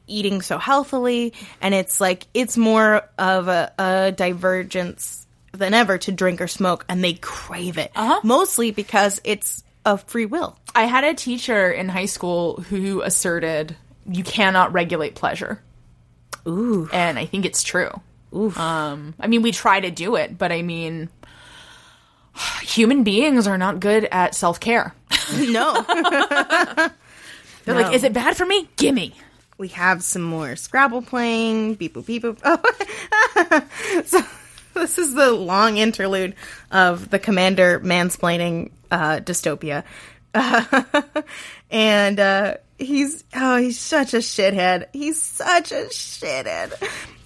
[SPEAKER 2] eating so healthily, and it's like it's more of a, a divergence than ever to drink or smoke, and they crave it mostly because it's of free will. [laughs]
[SPEAKER 1] I had a teacher in high school who asserted you cannot regulate pleasure. Ooh. And I think it's true. Oof. Um, I mean, we try to do it, but I mean, [sighs] human beings are not good at self care.
[SPEAKER 2] No.
[SPEAKER 1] They're like, is it bad for me? Gimme.
[SPEAKER 2] We have some more Scrabble playing. Beep boop beep boop. Oh. so [laughs] this is the long interlude of the commander mansplaining uh, dystopia, [laughs] and uh, he's oh he's such a shithead. He's such a shithead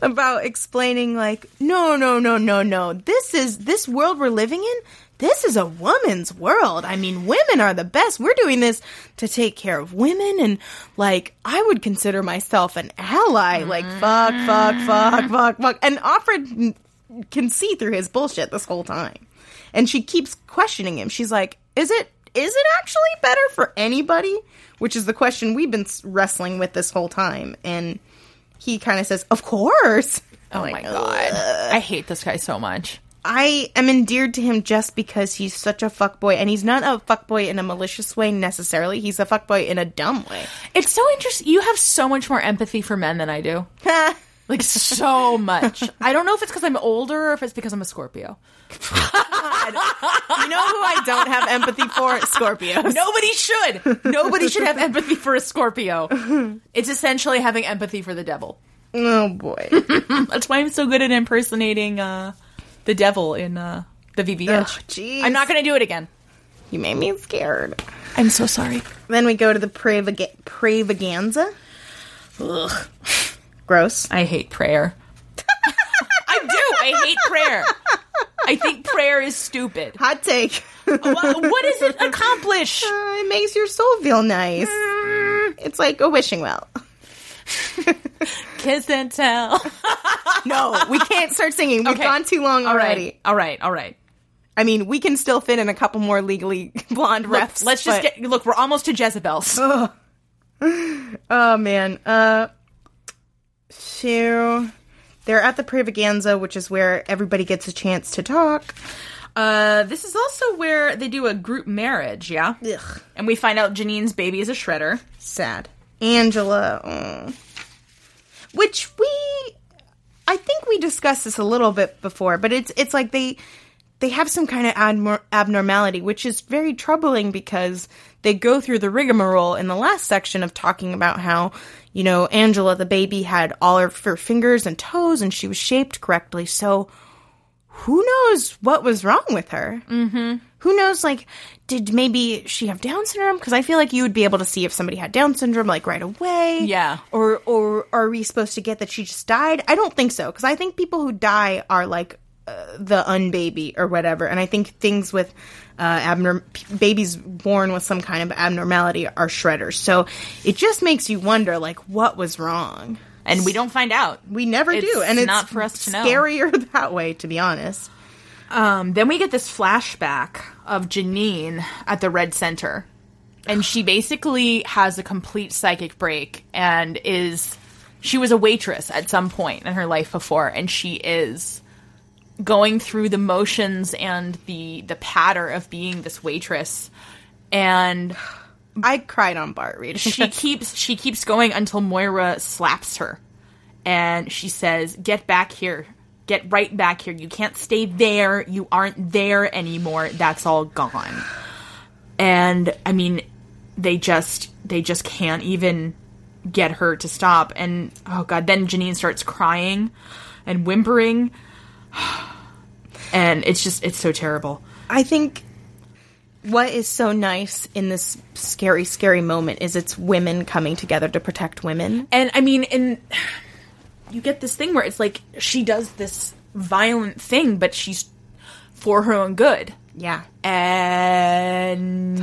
[SPEAKER 2] about explaining like no no no no no this is this world we're living in. This is a woman's world. I mean, women are the best. We're doing this to take care of women, and like, I would consider myself an ally. Like, fuck, fuck, fuck, fuck, fuck. And Offred can see through his bullshit this whole time. And she keeps questioning him. She's like, "Is it is it actually better for anybody?" Which is the question we've been s- wrestling with this whole time. And he kind of says, "Of course."
[SPEAKER 1] [laughs] Oh my god. I hate this guy so much.
[SPEAKER 2] I am endeared to him just because he's such a fuckboy, and he's not a fuckboy in a malicious way necessarily. He's a fuckboy in a dumb way.
[SPEAKER 1] It's so interesting. You have so much more empathy for men than I
[SPEAKER 4] [laughs]
[SPEAKER 1] do. Like so much. I don't know if it's because I'm older or if it's because I'm a Scorpio.
[SPEAKER 2] you know who I don't have
[SPEAKER 1] [laughs]
[SPEAKER 2] empathy for? Scorpios.
[SPEAKER 1] Nobody should. Nobody should have empathy for a Scorpio. It's essentially having empathy for the devil. [laughs]
[SPEAKER 2] Oh boy.
[SPEAKER 4] That's why I'm so good at impersonating uh, the devil in uh, the
[SPEAKER 2] Oh,
[SPEAKER 4] VBH.
[SPEAKER 2] jeez.
[SPEAKER 1] I'm not going to do it again.
[SPEAKER 2] You made me scared.
[SPEAKER 4] I'm so sorry.
[SPEAKER 2] Then we go to the Prevaga- Prevaganza. Ugh. Gross.
[SPEAKER 1] I hate prayer. I do. I hate prayer. I think prayer is stupid.
[SPEAKER 2] Hot take. [laughs]
[SPEAKER 1] Wha- [laughs] what does it accomplish?
[SPEAKER 2] Uh, it makes your soul feel nice. It's like a wishing well. [laughs]
[SPEAKER 1] Kiss and tell.
[SPEAKER 2] No, we can't start singing. We've
[SPEAKER 1] Okay.
[SPEAKER 2] gone too long
[SPEAKER 1] All
[SPEAKER 2] already.
[SPEAKER 1] right. All right. All right.
[SPEAKER 2] I mean, we can still fit in a couple more legally [laughs] blonde refs.
[SPEAKER 1] Let's just
[SPEAKER 2] but-
[SPEAKER 1] get look. We're almost to Jezebel's.
[SPEAKER 2] [laughs] Oh man. Uh so they're at the Prevaganza, which is where everybody gets a chance to talk.
[SPEAKER 4] Uh, this is also where they do a group marriage, yeah?
[SPEAKER 2] Ugh.
[SPEAKER 4] And we find out Janine's baby is a shredder.
[SPEAKER 2] Sad. Angela. aw. Which we I think we discussed this a little bit before, but it's it's like they they have some kind of admor- abnormality, which is very troubling because they go through the rigmarole in the last section of talking about how, you know, Angela the baby had all of her fingers and toes and she was shaped correctly. So who knows what was wrong with her? Mm-hmm. Who knows, like, did maybe she have Down syndrome? Because I feel like you would be able to see if somebody had Down syndrome, like, right away.
[SPEAKER 1] Yeah.
[SPEAKER 2] Or, or are we supposed to get that she just died? I don't think so. Because I think people who die are, like, uh, the unbaby or whatever. And I think things with uh, abnorm- p- babies born with some kind of abnormality are shredders. So it just makes you wonder, like, what was wrong?
[SPEAKER 4] And we don't find out.
[SPEAKER 2] We never
[SPEAKER 4] It's
[SPEAKER 2] do, and it's
[SPEAKER 4] not for us to know.
[SPEAKER 2] Scarier [laughs] that way, to be honest.
[SPEAKER 4] Um, then we get this flashback of Janine at the Red Center.
[SPEAKER 1] and she basically has a complete psychic break and is she was a waitress at some point in her life before and she is going through the motions and the the patter of being this waitress and
[SPEAKER 2] I cried on Bart reading.
[SPEAKER 1] she keeps she keeps going until Moira slaps her and she says get back here get right back here you can't stay there you aren't there anymore that's all gone
[SPEAKER 4] And I mean, they just they just can't even get her to stop. And oh god, then Janine starts crying and
[SPEAKER 1] [sighs]
[SPEAKER 4] whimpering. And it's just it's so terrible.
[SPEAKER 2] I think what is so nice in this scary, scary moment is it's women coming together to protect women.
[SPEAKER 4] And I mean, and you get this thing where it's like she does this violent thing, but she's for her own good.
[SPEAKER 2] Yeah,
[SPEAKER 4] And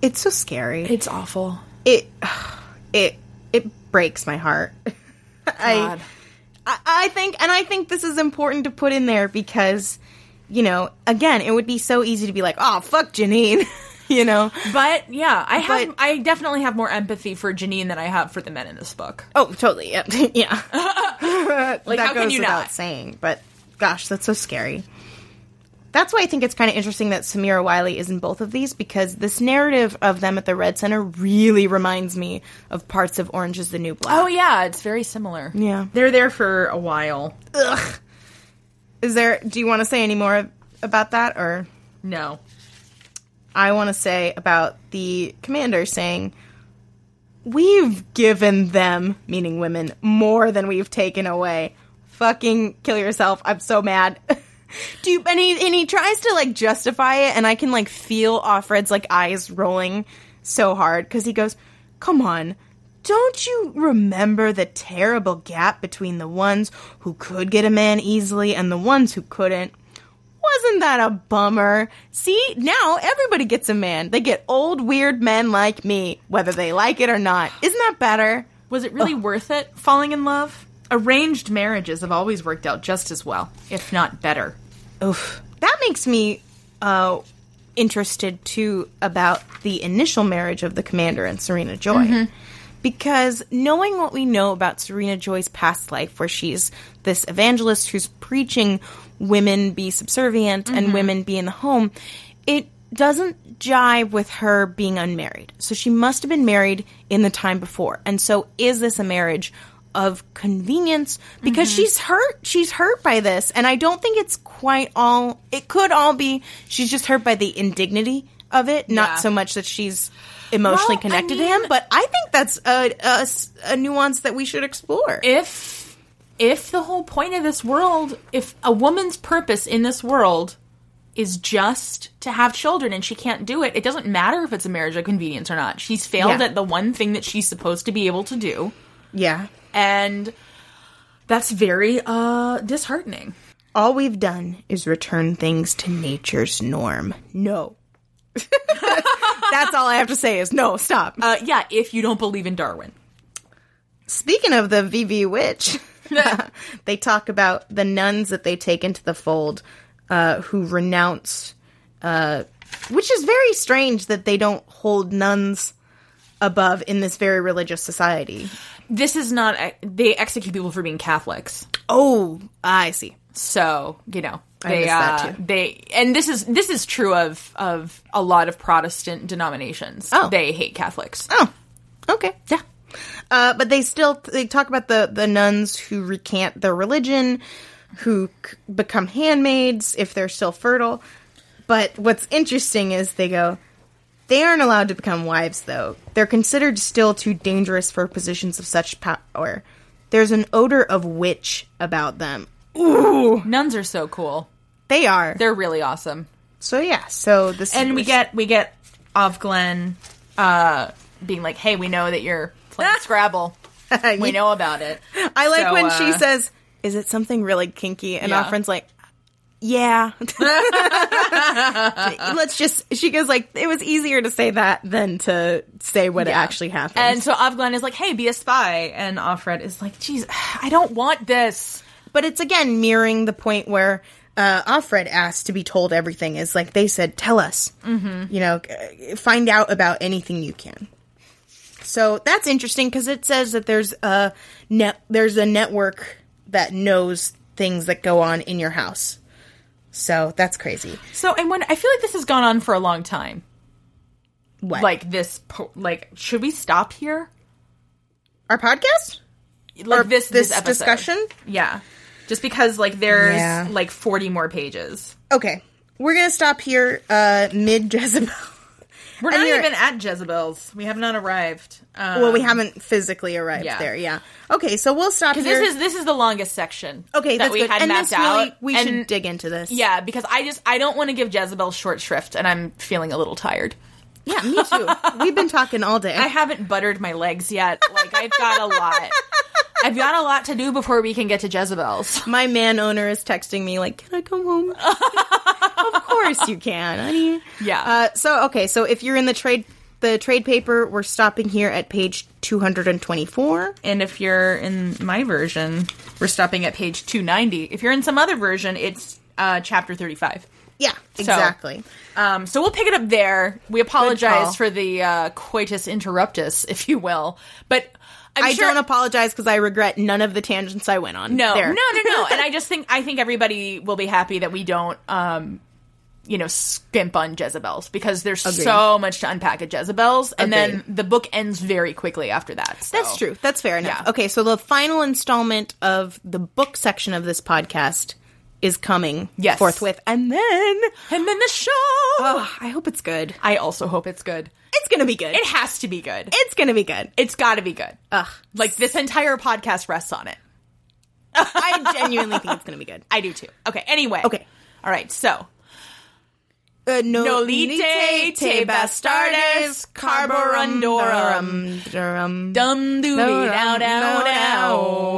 [SPEAKER 2] it's so scary.
[SPEAKER 4] it's awful.
[SPEAKER 2] It [sighs] it it breaks my heart. [laughs] I,
[SPEAKER 4] God.
[SPEAKER 2] I I think, and I think this is important to put in there because you know, again, it would be so easy to be like, oh fuck, Janine, [laughs] you know.
[SPEAKER 4] But yeah, I have
[SPEAKER 2] But-
[SPEAKER 4] I definitely have more empathy for Janine than I have for the men in this book.
[SPEAKER 2] Oh, totally. Yeah. [laughs] yeah. like,
[SPEAKER 4] how can you
[SPEAKER 2] without
[SPEAKER 4] not?
[SPEAKER 2] saying, but gosh, that's so scary. That's why I think it's kind of interesting that Samira Wiley is in both of these because this narrative of them at the Red Center really reminds me of parts of Orange is the New Black.
[SPEAKER 1] oh yeah it's very similar
[SPEAKER 2] yeah.
[SPEAKER 4] They're there for a while.
[SPEAKER 2] Ugh. Is there, do you want to say any more about that? Or
[SPEAKER 4] No.
[SPEAKER 2] I want to say about the commander saying, We've given them, meaning women, more than we've taken away. Fucking kill yourself. I'm so mad. [laughs] Do you, and he and he tries to like justify it, and I can like feel Offred's like eyes rolling so hard because he goes, "Come on, don't you remember the terrible gap between the ones who could get a man easily and the ones who couldn't? Wasn't that a bummer? See, now everybody gets a man. They get old, weird men like me, whether they like it or not. Isn't that better?
[SPEAKER 1] Was it really worth it falling in love? Arranged marriages have always worked out just as well, if not better.
[SPEAKER 2] Oof. That makes me uh, interested too about the initial marriage of the commander and Serena Joy. Because knowing what we know about Serena Joy's past life, where she's this evangelist who's preaching women be subservient and women be in the home, it doesn't jive with her being unmarried. So she must have been married in the time before. And so is this a marriage of convenience because
[SPEAKER 6] Mm-hmm.
[SPEAKER 2] she's hurt she's hurt by this and I don't think it's quite all it could all be she's just hurt by the indignity of it not
[SPEAKER 6] Yeah.
[SPEAKER 2] so much that she's emotionally
[SPEAKER 6] Well, I
[SPEAKER 2] connected to
[SPEAKER 6] mean-
[SPEAKER 2] him but I think that's a, a s- a nuance that we should explore
[SPEAKER 1] If if the whole point of this world, if a woman's purpose in this world is just to have children and she can't do it, it doesn't matter if it's a marriage of convenience or not. She's failed
[SPEAKER 2] Yeah.
[SPEAKER 1] at the one thing that she's supposed to be able to do,
[SPEAKER 2] yeah
[SPEAKER 1] and that's very uh disheartening.
[SPEAKER 2] all we've done is return things to nature's norm no [laughs] that's all I have to say is no stop
[SPEAKER 1] Uh yeah, if you don't believe in Darwin.
[SPEAKER 2] Speaking of the VV [laughs] witch, they talk about the nuns that they take into the fold uh, who renounce, uh, which is very strange that they don't hold nuns above in this very religious society.
[SPEAKER 1] This is not uh, they execute people for being Catholics.
[SPEAKER 2] Oh, I see.
[SPEAKER 1] So you know
[SPEAKER 2] I
[SPEAKER 1] they
[SPEAKER 2] missed that,
[SPEAKER 1] uh,
[SPEAKER 2] too.
[SPEAKER 1] they and this is this is true of of a lot of Protestant denominations.
[SPEAKER 2] Oh.
[SPEAKER 1] They hate Catholics.
[SPEAKER 2] Oh, okay.
[SPEAKER 1] Yeah.
[SPEAKER 2] Uh, but they still they talk about the the nuns who recant their religion, who c- become handmaids if they're still fertile. But what's interesting is they go, they aren't allowed to become wives though. They're considered still too dangerous for positions of such power. There's an odor of witch about them.
[SPEAKER 1] Nuns are so cool.
[SPEAKER 2] They are.
[SPEAKER 1] They're really awesome.
[SPEAKER 2] so yeah. So this
[SPEAKER 1] And we
[SPEAKER 2] is-
[SPEAKER 1] get we get of Glenn uh, being like, "Hey, we know that you're
[SPEAKER 2] Ah.
[SPEAKER 1] playing
[SPEAKER 2] [laughs]
[SPEAKER 1] Scrabble. We know about it."
[SPEAKER 2] I like
[SPEAKER 1] So,
[SPEAKER 2] when
[SPEAKER 1] uh,
[SPEAKER 2] she says, "Is it something really kinky?" And
[SPEAKER 1] Yeah.
[SPEAKER 2] our friend's like,
[SPEAKER 1] [laughs]
[SPEAKER 2] "Yeah." [laughs] Let's just. She goes like, "It was easier to say that than to say what actually happened."
[SPEAKER 1] And so Avglen is like, "Hey, be a spy," and Offred is like, "Geez, I don't want this."
[SPEAKER 2] but it's again mirroring the point where uh, Offred asked to be told everything. Is like they said, "Tell us." Mm-hmm. You know, uh, find out about anything you can. So that's interesting because it says that there's a net, there's a network that knows things that go on in your house. So that's crazy.
[SPEAKER 1] So, and when I feel like this has gone on for a long time,
[SPEAKER 2] What
[SPEAKER 1] like this, po- like, should we stop here?
[SPEAKER 2] our podcast?
[SPEAKER 1] like this this, episode.
[SPEAKER 2] discussion?
[SPEAKER 1] Yeah, just because like there's
[SPEAKER 2] Yeah.
[SPEAKER 1] like forty more pages.
[SPEAKER 2] Okay, we're gonna stop here. Uh, Mid Jezebel.
[SPEAKER 1] We're
[SPEAKER 2] And
[SPEAKER 1] not
[SPEAKER 2] you're-
[SPEAKER 1] even at Jezebel's. We have not arrived. Um,
[SPEAKER 2] [laughs] well, we haven't physically arrived
[SPEAKER 1] yeah.
[SPEAKER 2] there. Yeah. Okay, so we'll stop here.
[SPEAKER 1] this is this is the longest section.
[SPEAKER 2] okay.
[SPEAKER 1] that
[SPEAKER 2] that's
[SPEAKER 1] we
[SPEAKER 2] good.
[SPEAKER 1] had
[SPEAKER 2] and
[SPEAKER 1] mapped
[SPEAKER 2] this really,
[SPEAKER 1] out.
[SPEAKER 2] we
[SPEAKER 1] and,
[SPEAKER 2] should dig into this.
[SPEAKER 1] Yeah, because I just I don't want to give Jezebel short shrift, and I'm feeling a little tired.
[SPEAKER 2] yeah. Me
[SPEAKER 1] [laughs]
[SPEAKER 2] too. We've been talking all day.
[SPEAKER 1] I haven't buttered my legs yet. Like I've got a lot.
[SPEAKER 2] [laughs]
[SPEAKER 1] I've got a lot to do before we can get to Jezebel's.
[SPEAKER 2] My man owner is texting me like, "Can I
[SPEAKER 1] [laughs]
[SPEAKER 2] come home?" of course you can, honey.
[SPEAKER 1] Yeah.
[SPEAKER 2] Uh, so okay, so if you're in the trade, the trade paper, we're stopping here at page two hundred and twenty-four.
[SPEAKER 1] And if you're in my version, we're stopping at page 290. If you're in some other version, it's uh, chapter 35.
[SPEAKER 2] Yeah, exactly.
[SPEAKER 1] Um, so we'll pick it up there. We
[SPEAKER 2] Good call.
[SPEAKER 1] apologize for the uh, coitus interruptus, if you will. But I'm
[SPEAKER 2] I
[SPEAKER 1] sure-
[SPEAKER 2] don't apologize because I regret none of the tangents I went on.
[SPEAKER 1] No,
[SPEAKER 2] There.
[SPEAKER 1] no, no, no.
[SPEAKER 2] [laughs]
[SPEAKER 1] and I just think I think everybody will be happy that we don't, um, you know, skimp on Jezebel's because there's so much to unpack at Jezebel's, and then the book ends very quickly after that. so-
[SPEAKER 2] That's true. That's fair enough.
[SPEAKER 1] Oh. Yeah.
[SPEAKER 2] Okay, so the final installment of the book section of this podcast is coming
[SPEAKER 1] Yes.
[SPEAKER 2] forthwith. And then,
[SPEAKER 1] [sighs] And then the show.
[SPEAKER 2] oh, I hope it's good.
[SPEAKER 1] Uh, I also hope it's good.
[SPEAKER 2] It's gonna be good.
[SPEAKER 1] It has to be good.
[SPEAKER 2] It's gonna be good.
[SPEAKER 1] it's got to be good.
[SPEAKER 2] Ugh.
[SPEAKER 1] Like this entire podcast rests on it. [laughs]
[SPEAKER 2] I genuinely think it's gonna be good.
[SPEAKER 1] I do too. Okay. Anyway.
[SPEAKER 2] Okay.
[SPEAKER 1] All right. So
[SPEAKER 2] Uh, no,
[SPEAKER 1] Nolite te bastardes carborundorum.
[SPEAKER 2] Dum
[SPEAKER 1] dum doo dow dow dow.